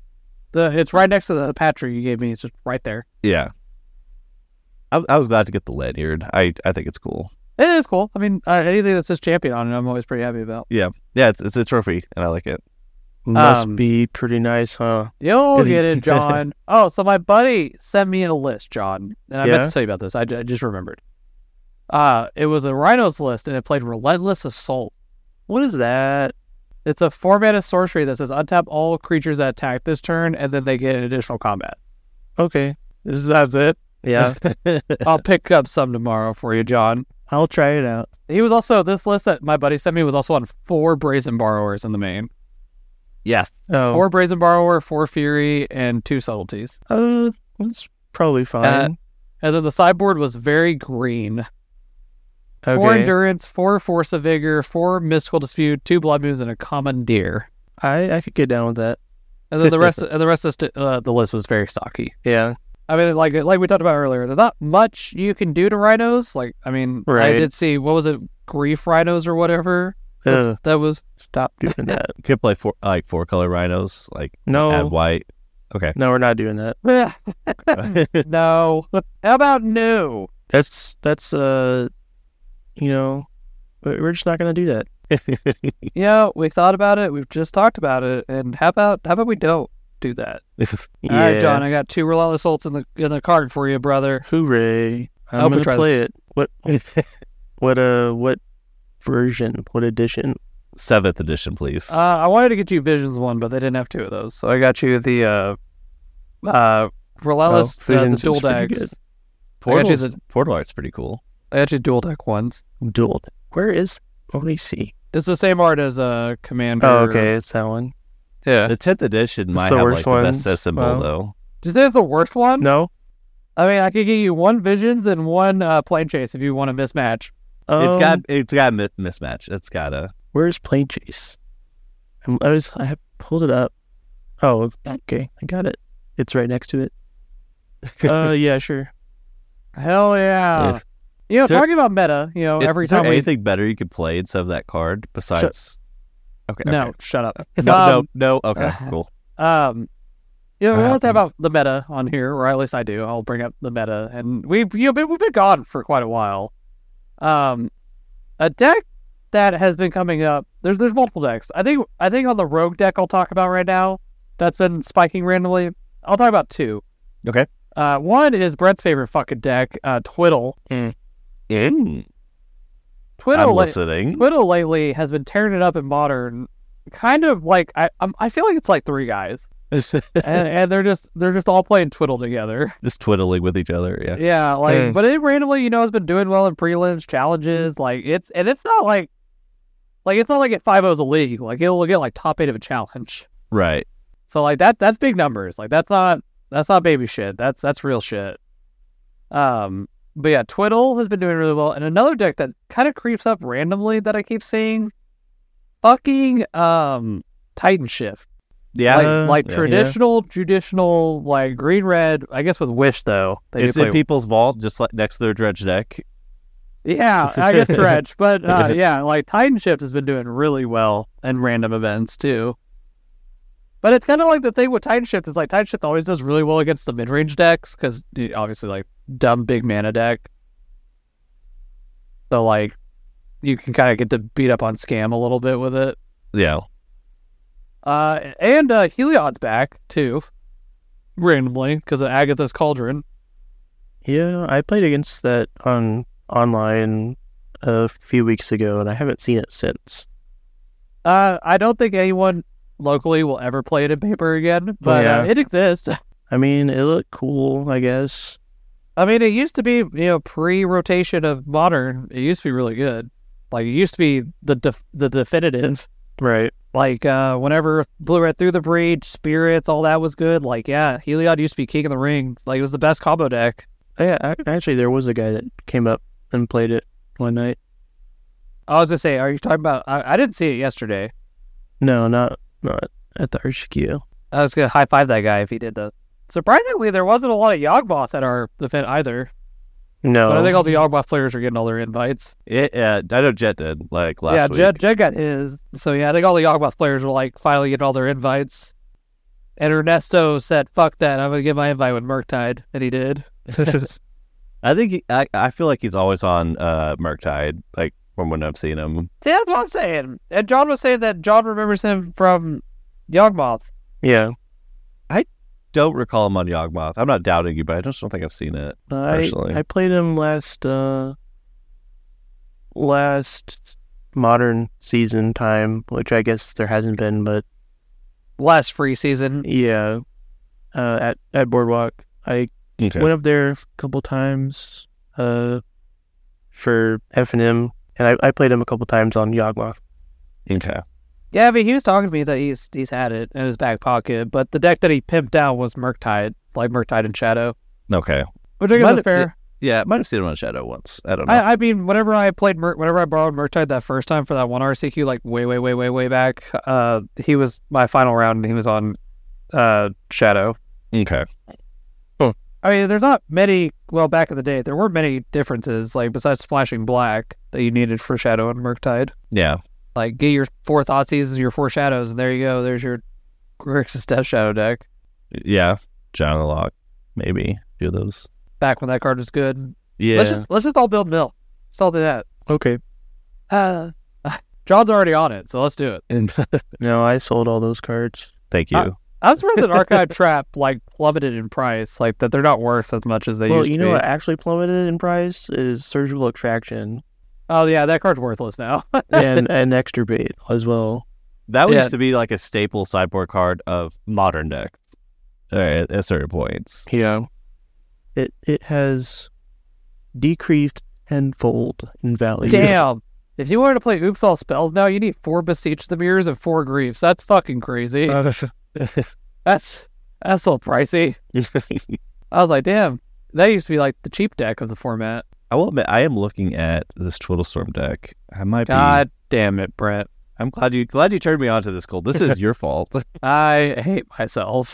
S2: the it's right next to the patcher you gave me. It's just right there.
S1: Yeah. I, I was glad to get the lanyard. I, I think it's cool.
S2: It is cool. I mean, uh, anything that says champion on it, I'm always pretty happy about.
S1: Yeah, it's, it's a trophy, and I like it.
S3: Must
S2: Um,
S3: be pretty nice, huh?
S2: You'll
S3: Really?
S2: get it, John. oh, so my buddy sent me a list, John, and I
S3: Yeah?
S2: meant to tell you about this. I, ju- I just remembered. Uh, it was a Rhinos list, and it played Relentless Assault.
S3: What is that?
S2: It's a four mana sorcery that says untap all creatures that attack this turn, and then they get an additional combat.
S3: Okay.
S2: This is- That's it.
S3: Yeah.
S2: I'll pick up some tomorrow for you, John.
S3: I'll try it out.
S2: He was also this list that my buddy sent me was also on four Brazen Borrowers in the main,
S1: Yes.
S3: Oh,
S2: four Brazen Borrower, four Fury, and two Subtleties.
S3: uh, that's probably fine.
S2: And then the sideboard was very green. Four
S3: okay.
S2: endurance, four force of vigor, four mystical dispute, two blood moons, and a commandeer.
S3: I, I could get down with that.
S2: And then the rest, and the rest of the, st- uh, the list was very stocky.
S3: Yeah.
S2: I mean, like like we talked about earlier, there's not much you can do to rhinos. Like, I mean, I
S3: Right.
S2: did see what was it, grief rhinos or whatever. That's-
S3: Ugh,
S2: That was
S3: stop doing that.
S1: You could play four, like four color rhinos, like add
S2: Oh.
S3: No.
S1: white. Okay.
S3: No, we're not doing that.
S2: eh, no. How about no?
S3: That's that's uh, you know, we're we're just not gonna do that.
S2: Yeah, we thought about it. We've just talked about it. And how about how about we don't do that? All right, John, I got two relentless ults in the in the card for you, brother.
S3: Hooray!
S2: I hope
S3: I'm
S2: we
S3: gonna
S2: try this.
S3: play it. What what uh what version? What edition?
S1: Seventh edition, please.
S2: Uh, I wanted to get you Visions one, but they didn't have two of those, so I got you the uh, uh, Relentless,
S3: Oh,
S2: uh, the
S3: Visions
S2: dual
S3: is pretty
S2: decks.
S3: good.
S1: Portal's,
S2: actually
S1: Portal art's pretty cool.
S2: I got you dual deck ones.
S3: Dual. Where is? Let me see.
S2: It's the same art as uh, Commander.
S3: Oh, okay, it's that one.
S2: Yeah.
S1: The tenth edition might
S3: the
S1: have
S3: worst
S1: like the best
S3: ones.
S1: set symbol
S2: uh,
S3: Well.
S1: though.
S2: Do you think it's the worst one?
S3: No.
S2: I mean, I could get you one Visions and one uh, Plane Chase if you want to mismatch.
S1: it's
S3: Um,
S1: got it's got mi- mismatch. It's got a
S3: Where's Plane Chase? I'm, I was I have pulled it up. Oh, okay, I got it. It's right next to it. uh, yeah, sure.
S2: Hell yeah.
S1: If-
S2: you know,
S1: Is there-
S2: talking about meta, you know,
S1: is-
S2: Oh, every
S1: is there
S2: time we.
S1: anything better you could play instead of that card besides. Okay. okay.
S2: No, shut up.
S1: No,
S2: Um,
S1: no, no. Okay,
S2: uh,
S1: cool.
S2: Um, you know,
S3: Uh,
S2: we want to talk about the meta on here, or at least I do. I'll bring up the meta, and we've you know, been- we've been gone for quite a while. Um, a deck that has been coming up. There's there's multiple decks. I think I think on the rogue deck I'll talk about right now. That's been spiking randomly. I'll talk about two.
S1: Okay.
S2: Uh, one is Brent's favorite fucking deck, uh, Twiddle.
S1: Mm, I'm
S2: Twiddle, la-
S1: listening.
S2: Twiddle lately has been tearing it up in modern. Kind of like I I'm, I feel like it's like three guys. and, and they're just they're just all playing twiddle together.
S1: Just twiddling with each other. Yeah.
S2: Yeah, like
S3: Hmm.
S2: but it randomly, you know, has been doing well in prelims challenges. Like it's and it's not like like it's not like it five O's a league. Like it'll get like top eight of a challenge.
S1: Right.
S2: So like that that's big numbers. Like that's not that's not baby shit. That's that's real shit. Um, but yeah, Twiddle has been doing really well. And another deck that kind of creeps up randomly that I keep seeing, fucking um, Titan Shift
S1: Yeah.
S2: like,
S3: Uh,
S2: like
S1: yeah.
S2: traditional judicial like green red i guess with wish though they do
S1: it's in
S2: play-
S1: people's vault, just like next to their dredge deck.
S2: yeah i guess stretch but uh, yeah like titan shift has been doing really well in random events too but it's kind of like the thing with titan shift is like titan shift always does really well against the mid-range decks because obviously like dumb big mana deck so like you can kind of get to beat up on scam a little bit with it
S1: Yeah.
S2: uh, and uh, Heliod's back too, randomly because of Agatha's Cauldron.
S3: Yeah, I played against that on online a few weeks ago, and I haven't seen it since.
S2: Uh, I don't think anyone locally will ever play it in paper again, but uh,
S3: Yeah.
S2: it exists.
S3: I mean, it looked cool, I guess.
S2: I mean, it used to be you know pre-rotation of modern. It used to be really good. Like it used to be the def- the definitive
S3: Right.
S2: Like uh, whenever Blue Red through the breach, spirits, all that was good. Like yeah, Heliod used to be king of the ring. Like it was the best combo deck.
S3: Oh, Yeah. I, actually, there was a guy that came up and played it one night.
S2: I was gonna say, are you talking about? I, I didn't see it yesterday.
S3: No, not not at the RCQ.
S2: I was gonna high five that guy if he did that. Surprisingly, there wasn't a lot of Yawgmoth at our event either.
S3: No.
S2: But I think all the Yawgmoth players are getting all their invites.
S1: It, uh, I know Jet did like last
S2: yeah,
S1: week.
S2: Jed, Jed got his. So yeah, I think all the Yawgmoth players are like finally getting all their invites. And Ernesto said, "Fuck that! I'm gonna get my invite with Murktide," and he did.
S1: I think he, I, I feel like he's always on uh, Murktide, like from when I've seen him.
S2: See, that's what I'm saying. And John was saying that John remembers him from Yawgmoth.
S3: yeah.
S1: Don't recall him on Yawgmoth. I'm not doubting you, but I just don't think I've seen it.
S3: I,
S1: Personally.
S3: I played him last uh last modern season time, which I guess there hasn't been, but
S2: Last free season.
S3: yeah. Uh at, at Boardwalk. I
S1: Okay.
S3: went up there a couple times uh for F and M and I, I played him a couple times on Yawgmoth.
S1: okay.
S2: Yeah, I mean, he was talking to me that he's he's had it in his back pocket, but the deck that he pimped out was Murktide, like Murktide and Shadow,
S1: Okay.
S2: which I guess
S1: Might
S2: is
S1: have-
S2: fair.
S1: Yeah, I might have seen him on Shadow once. I don't know.
S2: I, I mean, whenever I played, Mur- whenever I borrowed Murktide that first time for that one RCQ, like way, way, way, way, way back, uh, he was my final round, and he was on uh, Shadow.
S1: okay.
S2: I mean, there's not many. Well, back in the day, there were many differences, like besides flashing black that you needed for Shadow and Murktide.
S1: Yeah.
S2: Like, get your four Thoughtseize and your four Shadows, and there you go. There's your Grixis Death Shadow deck.
S1: Yeah. John the Lock, maybe. Do those.
S2: Back when that card was good.
S1: Yeah.
S2: Let's just let's just all build mill. Let's all do that.
S3: Okay.
S2: Uh, John's already on it, so let's do it.
S3: No, I sold all those cards.
S1: Thank you.
S2: Uh, I'm surprised that Archive Trap like plummeted in price, like that they're not worth as much as they
S3: well,
S2: used
S3: you
S2: to
S3: know
S2: be.
S3: what actually plummeted in price is surgical extraction
S2: Oh yeah, that card's worthless now.
S3: and and exturbate as well.
S1: that
S2: yeah.
S1: used to be like a staple sideboard card of modern decks uh, at, at certain points.
S3: Yeah. It it has decreased tenfold in value.
S2: Damn. If you wanted to play Oops All Spells now, you need four Beseech the Mirrors and four Griefs. That's fucking crazy.
S3: Uh,
S2: that's that's so pricey. I was like, damn. That used to be like the cheap deck of the format.
S1: I will admit, I am looking at this Twiddlestorm deck. I might be.
S2: God damn it, Brett.
S1: I'm glad you glad you turned me on to this, Cole. This is your fault.
S2: I hate myself.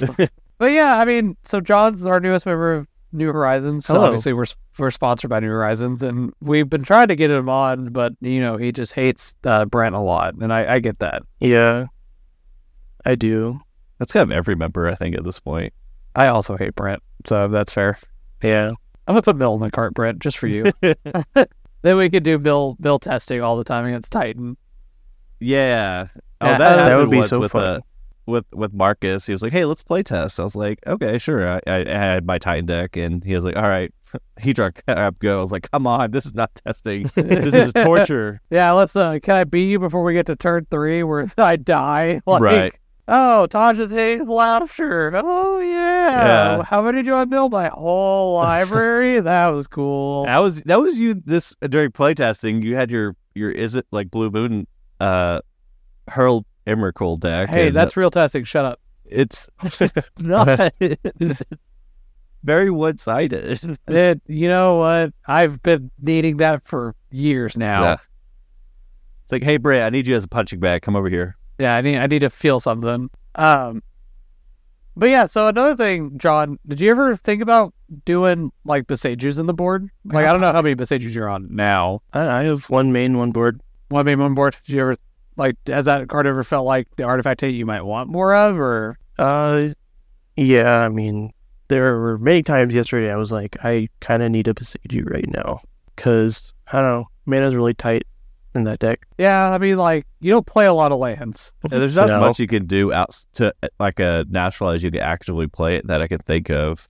S2: but yeah, I mean, so John's our newest member of New Horizons. So
S3: Hello.
S2: obviously we're we're sponsored by New Horizons, and we've been trying to get him on, but you know he just hates uh, Brent a lot, and I, I get that.
S3: Yeah. I do.
S1: That's kind of every member, I think, at this point.
S2: I also hate Brent, so that's fair.
S3: Yeah.
S2: I'm gonna put Bill in the cart, Brent, just for you. then we could do Bill Bill testing all the time against Titan.
S1: Yeah. Oh,
S2: Yeah,
S1: that,
S2: that
S1: happened
S3: would be
S1: once
S3: so
S1: with,
S3: fun.
S1: uh, with with Marcus. He was like, "Hey, let's play test." I was like, "Okay, sure." I, I had my Titan deck, and he was like, "All right." He drunk up go. I was like, "Come on, this is not testing. This is torture."
S2: Yeah, let's. Uh, can I beat you before we get to turn three, where I die? Like,
S1: Right.
S2: Oh, Tasha's hating laughter. Oh yeah.
S1: Yeah.
S2: How many do I build? My whole library. that was cool.
S1: that was that was you. This uh, during play testing, you had your your is it like Blue Moon, uh, Hurl Emrakul deck.
S2: Hey,
S1: and uh,
S2: that's real testing. Shut up.
S1: it's not very one sided.
S2: It, you know what? I've been needing that for years now.
S1: Yeah.
S2: Yeah.
S1: It's like, hey, Bray, I need you as a punching bag. Come over here.
S2: I need I need to feel something. Um, but yeah. So another thing, John, did you ever think about doing like Besaiges in the board? Like I don't know how many Besaiges you're on now.
S3: I, I have one main, one board.
S2: One main one board. Did you ever like? Has that card ever felt like the artifact that you might want more of, or
S3: Uh yeah, I mean there were many times yesterday I was like, I kinda need a Besaidu right now. Cause I don't know, mana's really tight in that deck.
S2: Yeah, I mean, like you don't play a lot of lands.
S1: Yeah, there's not
S3: No.
S1: much you can do out to uh, like a naturalize. You can actively play it that I could think of.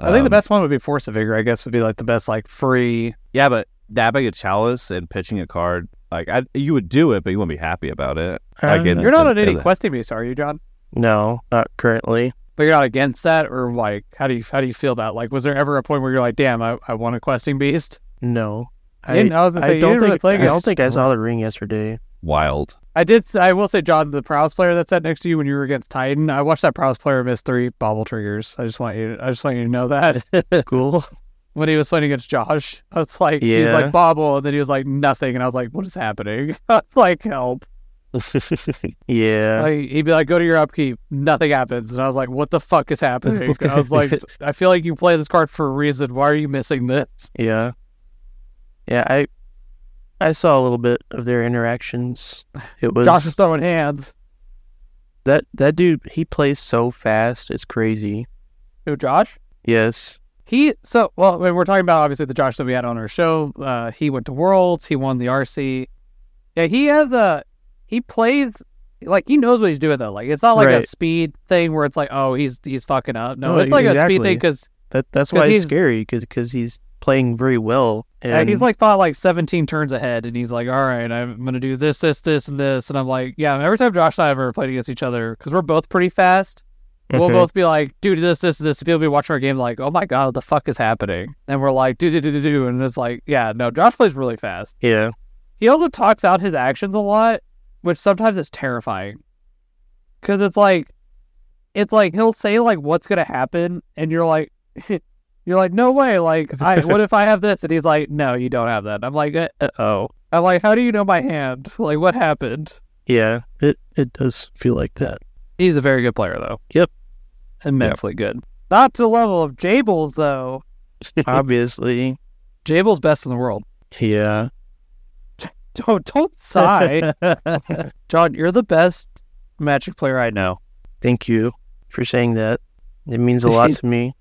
S2: I think the
S1: Um,
S2: best one would be Force of Vigor. I guess would be like the best like free.
S1: Yeah, but dabbing a chalice and pitching a card, like I, you would do it, but you wouldn't be happy about it. I get
S3: Uh,
S1: it.
S2: You're not
S1: the-
S2: on any
S1: the-
S2: questing beasts, are you, John?
S3: No, not currently.
S2: But you're not against that, or like how do you how do you feel about like was there ever a point where you're like, damn, I, I want a questing beast?
S3: No.
S2: You didn't- I was gonna say, you
S3: don't
S2: didn't really
S3: think
S2: play
S3: I don't
S2: against-
S3: think I saw the ring yesterday.
S1: wild.
S2: I did. I will say, John, the prowess player that sat next to you when you were against Titan, I watched that prowess player miss three bobble triggers. I just want you. I just want you to know that
S3: cool.
S2: when he was playing against Josh, I was like, he
S3: Yeah.
S2: was like bobble, and then he was like nothing, and I was like, what is happening? I was like, help!
S3: yeah.
S2: Like, he'd be like, go to your upkeep, nothing happens, and I was like, what the fuck is happening? I was like, I feel like you play this card for a reason. Why are you missing this?
S3: Yeah. Yeah, I I saw a little bit of their interactions. It was
S2: Josh is throwing hands.
S3: that that dude he plays so fast, it's crazy.
S2: Who, Josh?
S3: Yes.
S2: He so well. When we're talking about obviously the Josh that we had on our show, uh, he went to Worlds. He won the RC. Yeah, he has a. He plays like he knows what he's doing though. Like it's not like a
S3: Right.
S2: speed thing where it's like, oh, he's he's fucking up. No,
S3: No,
S2: it's like a speed
S3: exactly.
S2: thing because
S3: That that's
S2: 'Cause
S3: why
S2: he's-
S3: it's scary cuz he's playing very well and
S2: he's like thought like seventeen turns ahead, and he's like, all right, I'm gonna do this, this, this, and this, and I'm like, yeah. Every time Josh and I have ever played against each other, because we're both pretty fast, we'll
S3: Mm-hmm.
S2: both be like, dude, this, this, this. People be watching our game like, oh my god, what the fuck is happening? And we're like, do, do, do, do, do. And it's like, yeah, no, Josh plays really fast.
S3: yeah.
S2: He also talks out his actions a lot, which sometimes is terrifying. Cause it's like, it's like he'll say like what's gonna happen, and you're like, you're like, no way. Like, I, what if I have this? And he's like, no, you don't have that. And I'm like, uh oh. I'm like, how do you know my hand? Like, what happened?
S3: Yeah. It it does feel like that.
S2: He's a very good player though.
S3: Yep.
S2: Immensely good. Not to the level of Jables though.
S3: Obviously.
S2: Jables best in the world.
S3: Yeah.
S2: Don't don't sigh. John, you're the best magic player I know.
S3: Thank you for saying that. It means a lot to me.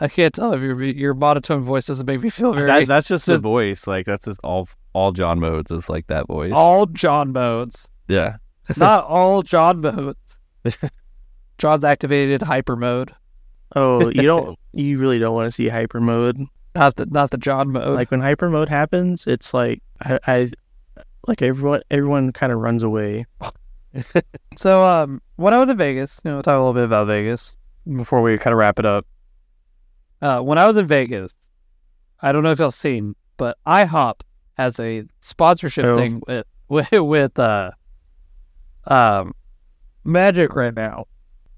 S2: I can't tell if your your monotone voice doesn't make me feel very
S1: That, that's just the
S2: just-
S1: voice. Like that's just all all John modes is like that voice.
S2: all John modes.
S1: yeah.
S2: Not all John modes. John's activated hyper mode.
S3: Oh, you don't you really don't want to see hyper mode.
S2: Not the not the John mode.
S3: like when hyper mode happens, it's like I, I like everyone everyone kind of runs away.
S2: So, um, when I was in Vegas, you know, we'll talk a little bit about Vegas before we kind of wrap it up. Uh, when I was in Vegas, I don't know if y'all seen, but IHOP has a sponsorship
S3: Oh.
S2: thing with with, with uh, um, Magic right now,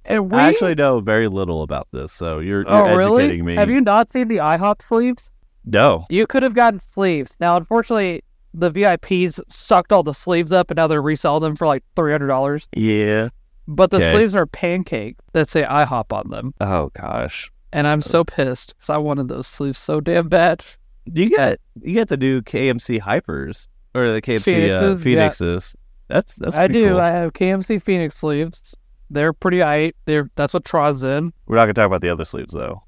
S2: and we
S1: I actually know very little about this, so you're,
S2: oh
S1: you're
S2: really
S1: educating me.
S2: have you not seen the IHOP sleeves?
S1: No.
S2: You could have gotten sleeves. Now, unfortunately, the VIPs sucked all the sleeves up, and now they're reselling them for like three hundred dollars.
S3: Yeah.
S2: But the
S1: Okay.
S2: sleeves are pancake that say IHOP on them.
S1: Oh gosh.
S2: And I'm so pissed because I wanted those sleeves so damn bad.
S1: You got you got the new KMC hypers or the KMC uh,
S2: Phoenixes, yeah.
S1: Phoenixes. That's that's
S2: I
S1: pretty
S2: do.
S1: cool.
S2: I have KMC Phoenix sleeves. They're pretty aight. They're that's what Tron's in.
S1: We're not gonna talk about the other sleeves though.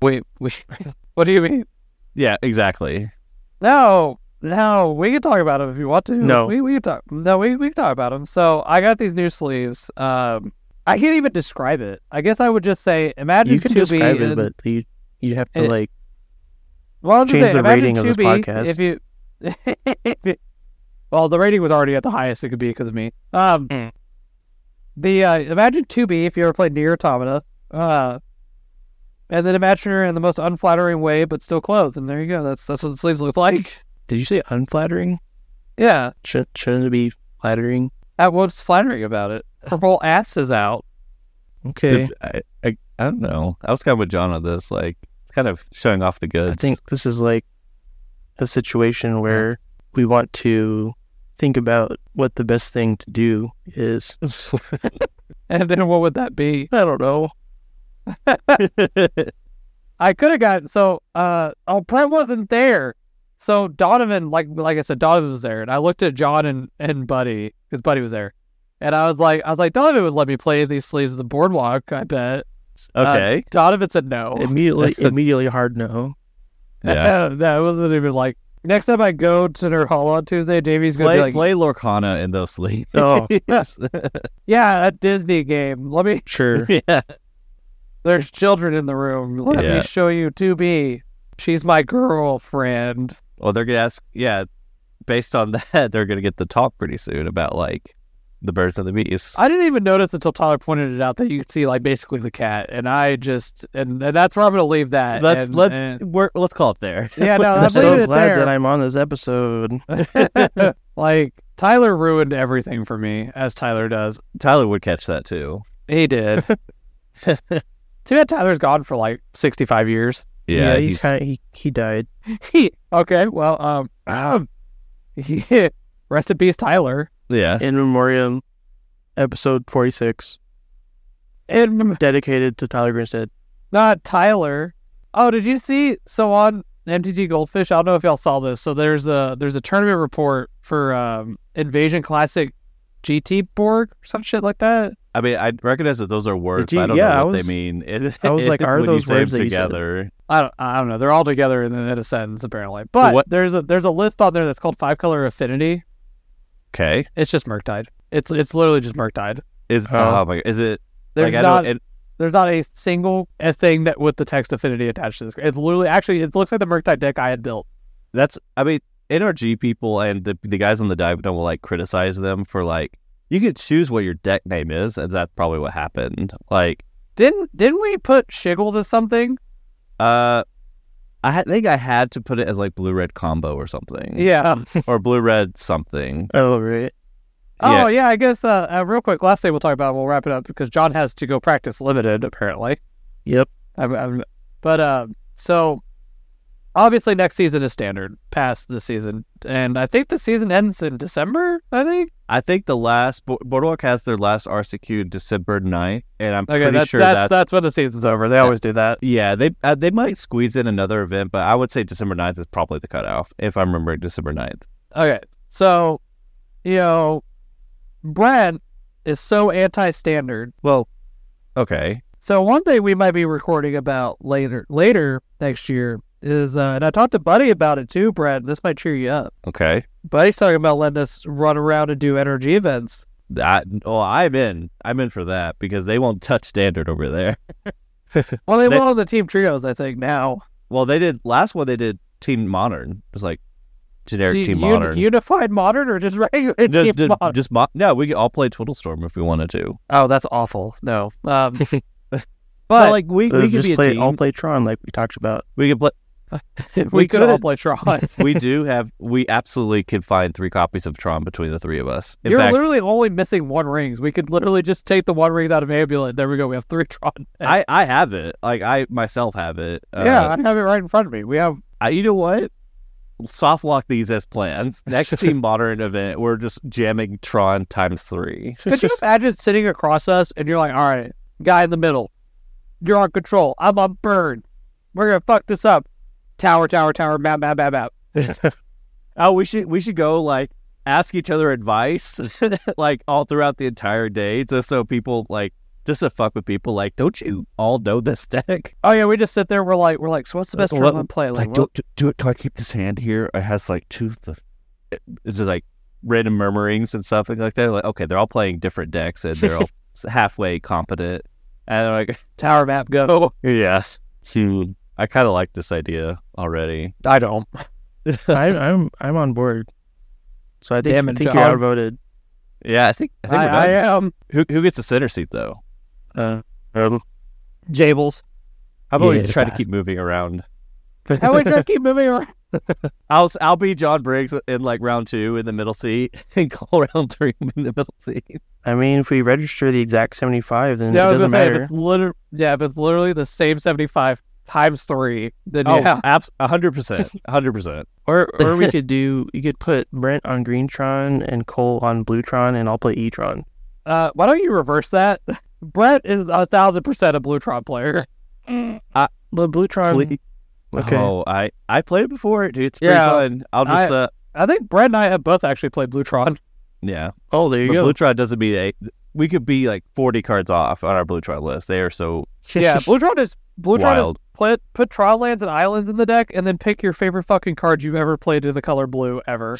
S2: Wait, wait. what do you mean?
S1: Yeah, exactly.
S2: No, no. We can talk about them if you want to.
S3: No.
S2: we we can talk. No, we we can talk about them. So I got these new sleeves. Um, I can't even describe it. I guess I would just say imagine
S3: You can
S2: Tubi
S3: describe it,
S2: in-
S3: but you you have to
S2: it-
S3: like
S2: Well, I'll just
S3: Change
S2: say,
S3: the
S2: imagine
S3: rating of this
S2: Tubi,
S3: podcast.
S2: If you, if you- well, the rating was already at the highest it could be because of me. Um,
S3: Mm.
S2: the uh, imagine Tubi if you ever played Near Automata, uh, and then imagine her in the most unflattering way, but still clothed. And there you go. That's that's what the sleeves look like.
S3: did you say unflattering?
S2: Yeah,
S3: Sh- shouldn't it be flattering?
S2: that what's flattering about it? Her whole ass is out.
S3: Okay.
S1: I, I I don't know. I was kind of with John on this, like kind of showing off the goods.
S3: I think this is like a situation where we want to think about what the best thing to do is.
S2: And then what would that be?
S3: I don't know.
S2: I could have gotten so uh oh Brett wasn't there. So Donovan, like like I said, Donovan was there, and I looked at John and, and Buddy because Buddy was there, and I was like, I was like, Donovan would let me play in these sleeves of the boardwalk. I bet. Uh,
S1: okay.
S2: Donovan said no.
S3: Immediately, immediately hard no.
S1: yeah.
S2: no, it wasn't even like. Next time I go to their hall on Tuesday, Davey's gonna
S1: Play
S2: be like,
S1: play Lorcana in those sleeves.
S3: Oh.
S2: "Yeah, that Disney game. Let me.
S3: Sure.
S1: yeah.
S2: There's children in the room. Let
S1: Yeah.
S2: me show you 2B. She's my girlfriend.
S1: Well, they're gonna ask. Yeah, based on that, they're gonna get the talk pretty soon about like the birds and the bees.
S2: I didn't even notice until Tyler pointed it out that you could see like basically the cat, and I just and, and that's where I'm gonna leave that.
S1: let's
S2: and-
S1: let's
S2: and-
S1: work. Let's call it there.
S2: yeah, no,
S3: I'm
S2: I'm
S3: so
S2: leaving it
S3: glad
S2: there.
S3: that I'm on this episode.
S2: like Tyler ruined everything for me, as Tyler does.
S1: Tyler would catch that too.
S2: He did. Too bad Tyler's gone for like 65 years.
S1: Yeah,
S3: he's, kind of he, he died.
S2: okay, well, um, um yeah, rest in peace, Tyler.
S1: yeah.
S3: In memoriam, episode forty six,
S2: And
S3: dedicated to Tyler Grinstead.
S2: not Tyler. Oh, did you see? So on MTG Goldfish, I don't know if y'all saw this. So there's a there's a tournament report for um, Invasion Classic GT board or some shit like that.
S1: I mean, I recognize that those are words,
S3: Did you-
S1: but I don't
S3: yeah,
S1: know
S3: I
S1: what
S3: was-
S1: they mean. It-
S3: I was like, are
S1: when you
S3: those
S1: say 'em
S3: words that you said?
S1: together?
S2: I don't, I don't know. They're all together in, in a sentence apparently. But
S1: What-
S2: there's a there's a list on there that's called Five Color Affinity.
S1: Okay.
S2: It's just Murktide. It's it's literally just Murktide.
S1: Is
S3: Oh.
S1: oh my god, is it
S2: There's
S1: like I
S2: not
S1: don't? It,
S2: there's not a single a thing that with the text affinity attached to this. It's literally actually it looks like the Murktide deck I had built.
S1: that's I mean, NRG people and the the guys on the dive don't like criticize them for like you could choose what your deck name is, and that's probably what happened. Like,
S2: Didn't didn't we put Shiggle to something?
S1: uh, I had- think I had to put it as like blue red combo or something,
S2: Yeah.
S1: or blue red something.
S3: Oh right,
S2: Oh
S1: Yeah.
S2: yeah, I guess uh, uh, real quick, last thing we'll talk about, and we'll wrap it up because John has to go practice limited apparently.
S3: Yep.
S2: I'm, I'm, but uh, so obviously next season is standard past this season, and I think the season ends in December. I think
S1: I think the last Bo- Boardwalk has their last RCQ December 9th, and I'm
S2: okay,
S1: pretty
S2: that's,
S1: sure
S2: that's,
S1: that's,
S2: that's when the season's over. They always do that.
S1: yeah. They uh, they might squeeze in another event, but I would say December 9th is probably the cutoff if I'm remembering December 9th.
S2: Okay, so you know, Brad is so anti-standard
S1: Well, okay,
S2: So one thing we might be recording about later later next year is, uh, and I talked to Buddy about it too, Brad. This might cheer you up.
S1: okay.
S2: Buddy's talking about letting us run around and do energy events.
S1: That oh, I'm in. I'm in for that because they won't touch standard over there.
S2: Well, they
S1: They-
S2: will on the team trios, I think. Now,
S1: Well, they did last one. They did Team Modern. It was like generic
S2: Do you-
S1: Team
S2: uni-
S1: Modern.
S2: unified modern, or just regular
S1: Just-
S2: team
S1: just,
S2: modern?
S1: just mo- no, we could all play Twiddle Storm if we wanted to.
S2: Oh, that's awful. No, um, but
S1: But like we, we
S3: Uh,
S1: could
S3: just
S1: be a
S3: play
S1: team.
S3: all play Tron like we talked about.
S1: we could play.
S2: we,
S1: we
S2: could all
S1: could.
S2: play Tron.
S1: we do have we absolutely could find three copies of Tron between the three of us. In
S2: You're
S1: fact,
S2: literally only missing one rings. We could literally just take the one rings out of ambulance. There we go. We have three Tron.
S1: I, I have it. Like I myself have it. Uh,
S2: yeah, I have it right in front of me. We have
S1: I, you know what? Soft lock these as plans. Next team modern event, we're just jamming Tron times three.
S2: Could you imagine sitting across us and you're like, all right, guy in the middle, you're on control. I'm on burn. We're going to fuck this up. Tower, tower, tower, map, map, map, map.
S1: Oh, we should we should go like ask each other advice like all throughout the entire day, just so people like just to fuck with people. Like, don't you all know this deck?
S2: Oh, yeah, we just sit there. We're like, we're like, so what's the best
S1: Uh,
S2: turn
S1: what-
S2: on play? Like, what-
S1: do, do it. Do I keep this hand here? It has like two. It's just like random murmurings and stuff like that. Like, okay, they're all playing different decks and they're all halfway competent. And they're like,
S2: tower, map, go.
S1: yes, dude. I kind of like this idea already.
S2: I don't.
S3: I'm I'm I'm on board. So I think
S2: Damn
S3: I
S2: it,
S3: think
S2: John.
S3: you're outvoted.
S1: Yeah, I think. I think
S2: I,
S1: we're
S2: I
S1: done.
S2: am.
S1: who who gets the center seat though?
S3: Uh, um,
S2: Jables.
S1: How about
S3: Yeah.
S1: we try to keep moving around?
S2: How we just keep moving around?
S1: I'll I'll be John Briggs in like round two in the middle seat and call round three in the middle seat.
S3: I mean, if we register the exact 75, then
S2: Yeah, I
S3: it
S2: was
S3: doesn't
S2: gonna say, if
S3: matter.
S2: it's liter- yeah, if it's literally the same 75 times three, then
S1: Oh,
S2: yeah.
S1: abs- hundred percent, hundred percent.
S3: Or or we could do, you could put Brent on Greentron and Cole on Bluetron, and I'll play Etron.
S2: Uh, why don't you reverse that? Brett is a thousand percent a Blutron player.
S3: But Bluetron,
S1: Please-
S3: okay.
S1: Oh, I I played it before, dude. It's pretty
S2: Yeah.
S1: fun. I'll just
S2: I-
S1: uh,
S2: I think Brett and I have both actually played Blutron.
S1: yeah.
S3: Oh, there
S1: But
S3: you go.
S1: Blutron doesn't mean a. We could be like forty cards off on our Blutron list. They are so
S2: Yeah, Blutron is Blutron
S1: wild.
S2: is put put trial lands and islands in the deck, and then pick your favorite fucking card you've ever played to the color blue ever.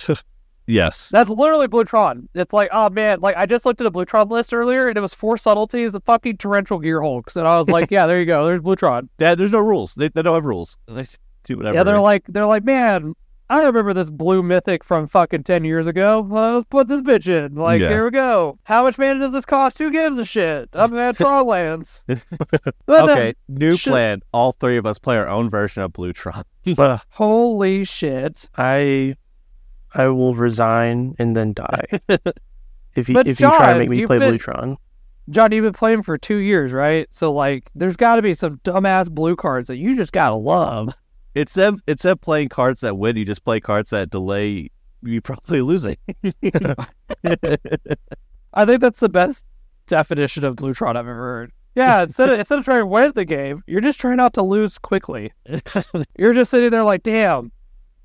S1: Yes,
S2: That's literally Blutron. It's like, oh man, like I just looked at a Blutron list earlier, and it was four subtleties, the fucking torrential gear hulks, and I was like, yeah, there you go, there's Blutron.
S1: yeah, there's no rules. They, they don't have rules. They do whatever.
S2: Yeah, they're like they're like, man, I remember this blue mythic from fucking ten years ago. Well, let's put this bitch in. Like,
S1: Yeah.
S2: here we go. How much mana does this cost? Who gives a shit? I'm at Trawlands. But then-
S1: okay. New
S2: should-
S1: plan. All three of us play our own version of Blutron.
S3: But
S2: holy shit.
S3: I I will resign and then die. if you
S2: But
S3: if you try
S2: John,
S3: to make me
S2: you've
S3: play
S2: been-
S3: Blutron,
S2: John, you've been playing for two years, right? So like, there's got to be some dumbass blue cards that you just gotta love.
S1: It's that it's that playing cards that win. You just play cards that delay you probably losing.
S2: I think that's the best definition of Blutron I've ever heard. Yeah, instead of, instead of trying to win the game, you're just trying not to lose quickly. You're just sitting there like, damn,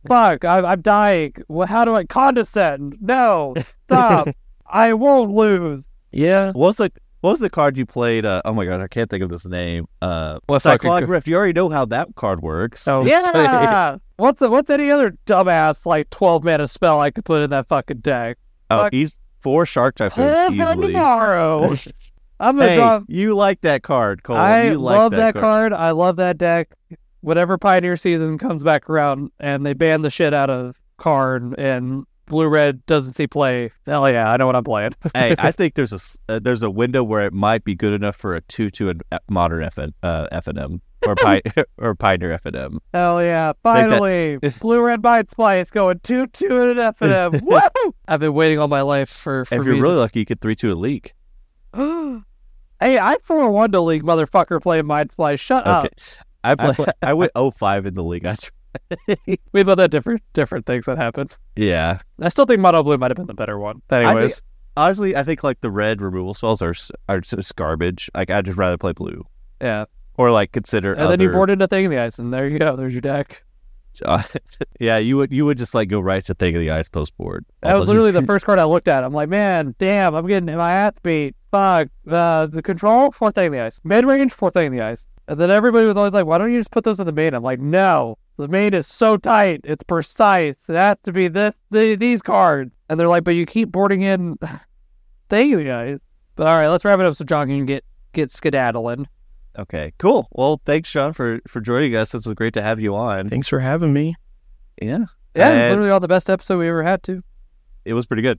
S2: fuck, I'm, I'm dying. Well, how do I condescend? No, stop. I won't lose.
S3: yeah,
S1: What's the what was the card you played? Uh, oh my god, I can't think of this name. Uh,
S4: Well,
S1: Cyclonic Rift. You already know how that card works.
S3: Oh,
S2: Yeah. What's the, what's any other dumbass like twelve mana spell I could put in that fucking deck?
S1: oh
S2: fuck.
S1: he's four shark typhoons
S2: Play it for
S1: easily.
S2: tomorrow. I'm gonna
S1: Hey,
S2: draw.
S1: you like that card, Cole?
S2: I
S1: you like
S2: love
S1: that, card.
S2: card. I love that deck. Whenever Pioneer season comes back around and they ban the shit out of card and blue red doesn't see play, hell yeah, I know what I'm playing.
S1: hey, I think there's a s- uh, there's a window where it might be good enough for a two to an uh, modern FN, uh, FNM or pi- or Pioneer FNM.
S2: Hell yeah!
S1: that-
S2: Finally, blue red mind splice going two two and an FNM. Woo! I've been waiting all my life for. for
S1: If you're
S2: me-
S1: really lucky, you could three to a leak.
S2: hey, I for one to league motherfucker playing mind splice. Shut
S1: Okay,
S2: up.
S1: I play, I went 05 in the league. I tr-
S2: We both had different different things that happened.
S1: yeah,
S2: I still think Mono Blue might have been the better one.
S1: I
S2: Anyways,
S1: think, honestly, I think like the red removal spells are s- are just garbage. Like I'd just rather play blue
S2: yeah.
S1: or like consider.
S2: And then you
S1: other-
S2: boarded a thing in the ice, and there you go. There's your deck.
S1: Uh, yeah, you would you would just like go right to thing of the eyes post board.
S2: That was literally the first card I looked at. I'm like, man, damn, I'm getting my ass beat. Fuck. Uh, the control, fourth thing in the ice. Mid range, fourth thing in the ice. And then everybody was always like, why don't you just put those in the main? I'm like, no. The main is so tight. It's precise. It has to be this, the, these cards. And they're like, but you keep boarding in thing in the ice. But all right, let's wrap it up so John can get, get skedaddling.
S1: okay, cool. Well, thanks, Sean, for for joining us. This was great to have you on.
S3: thanks for having me.
S1: Yeah,
S2: Yeah, it's
S1: And-
S2: literally all the best episode we ever had, too.
S1: it was pretty good.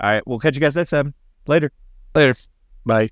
S1: All right, we'll catch you guys next time. Later.
S4: Later.
S1: Bye.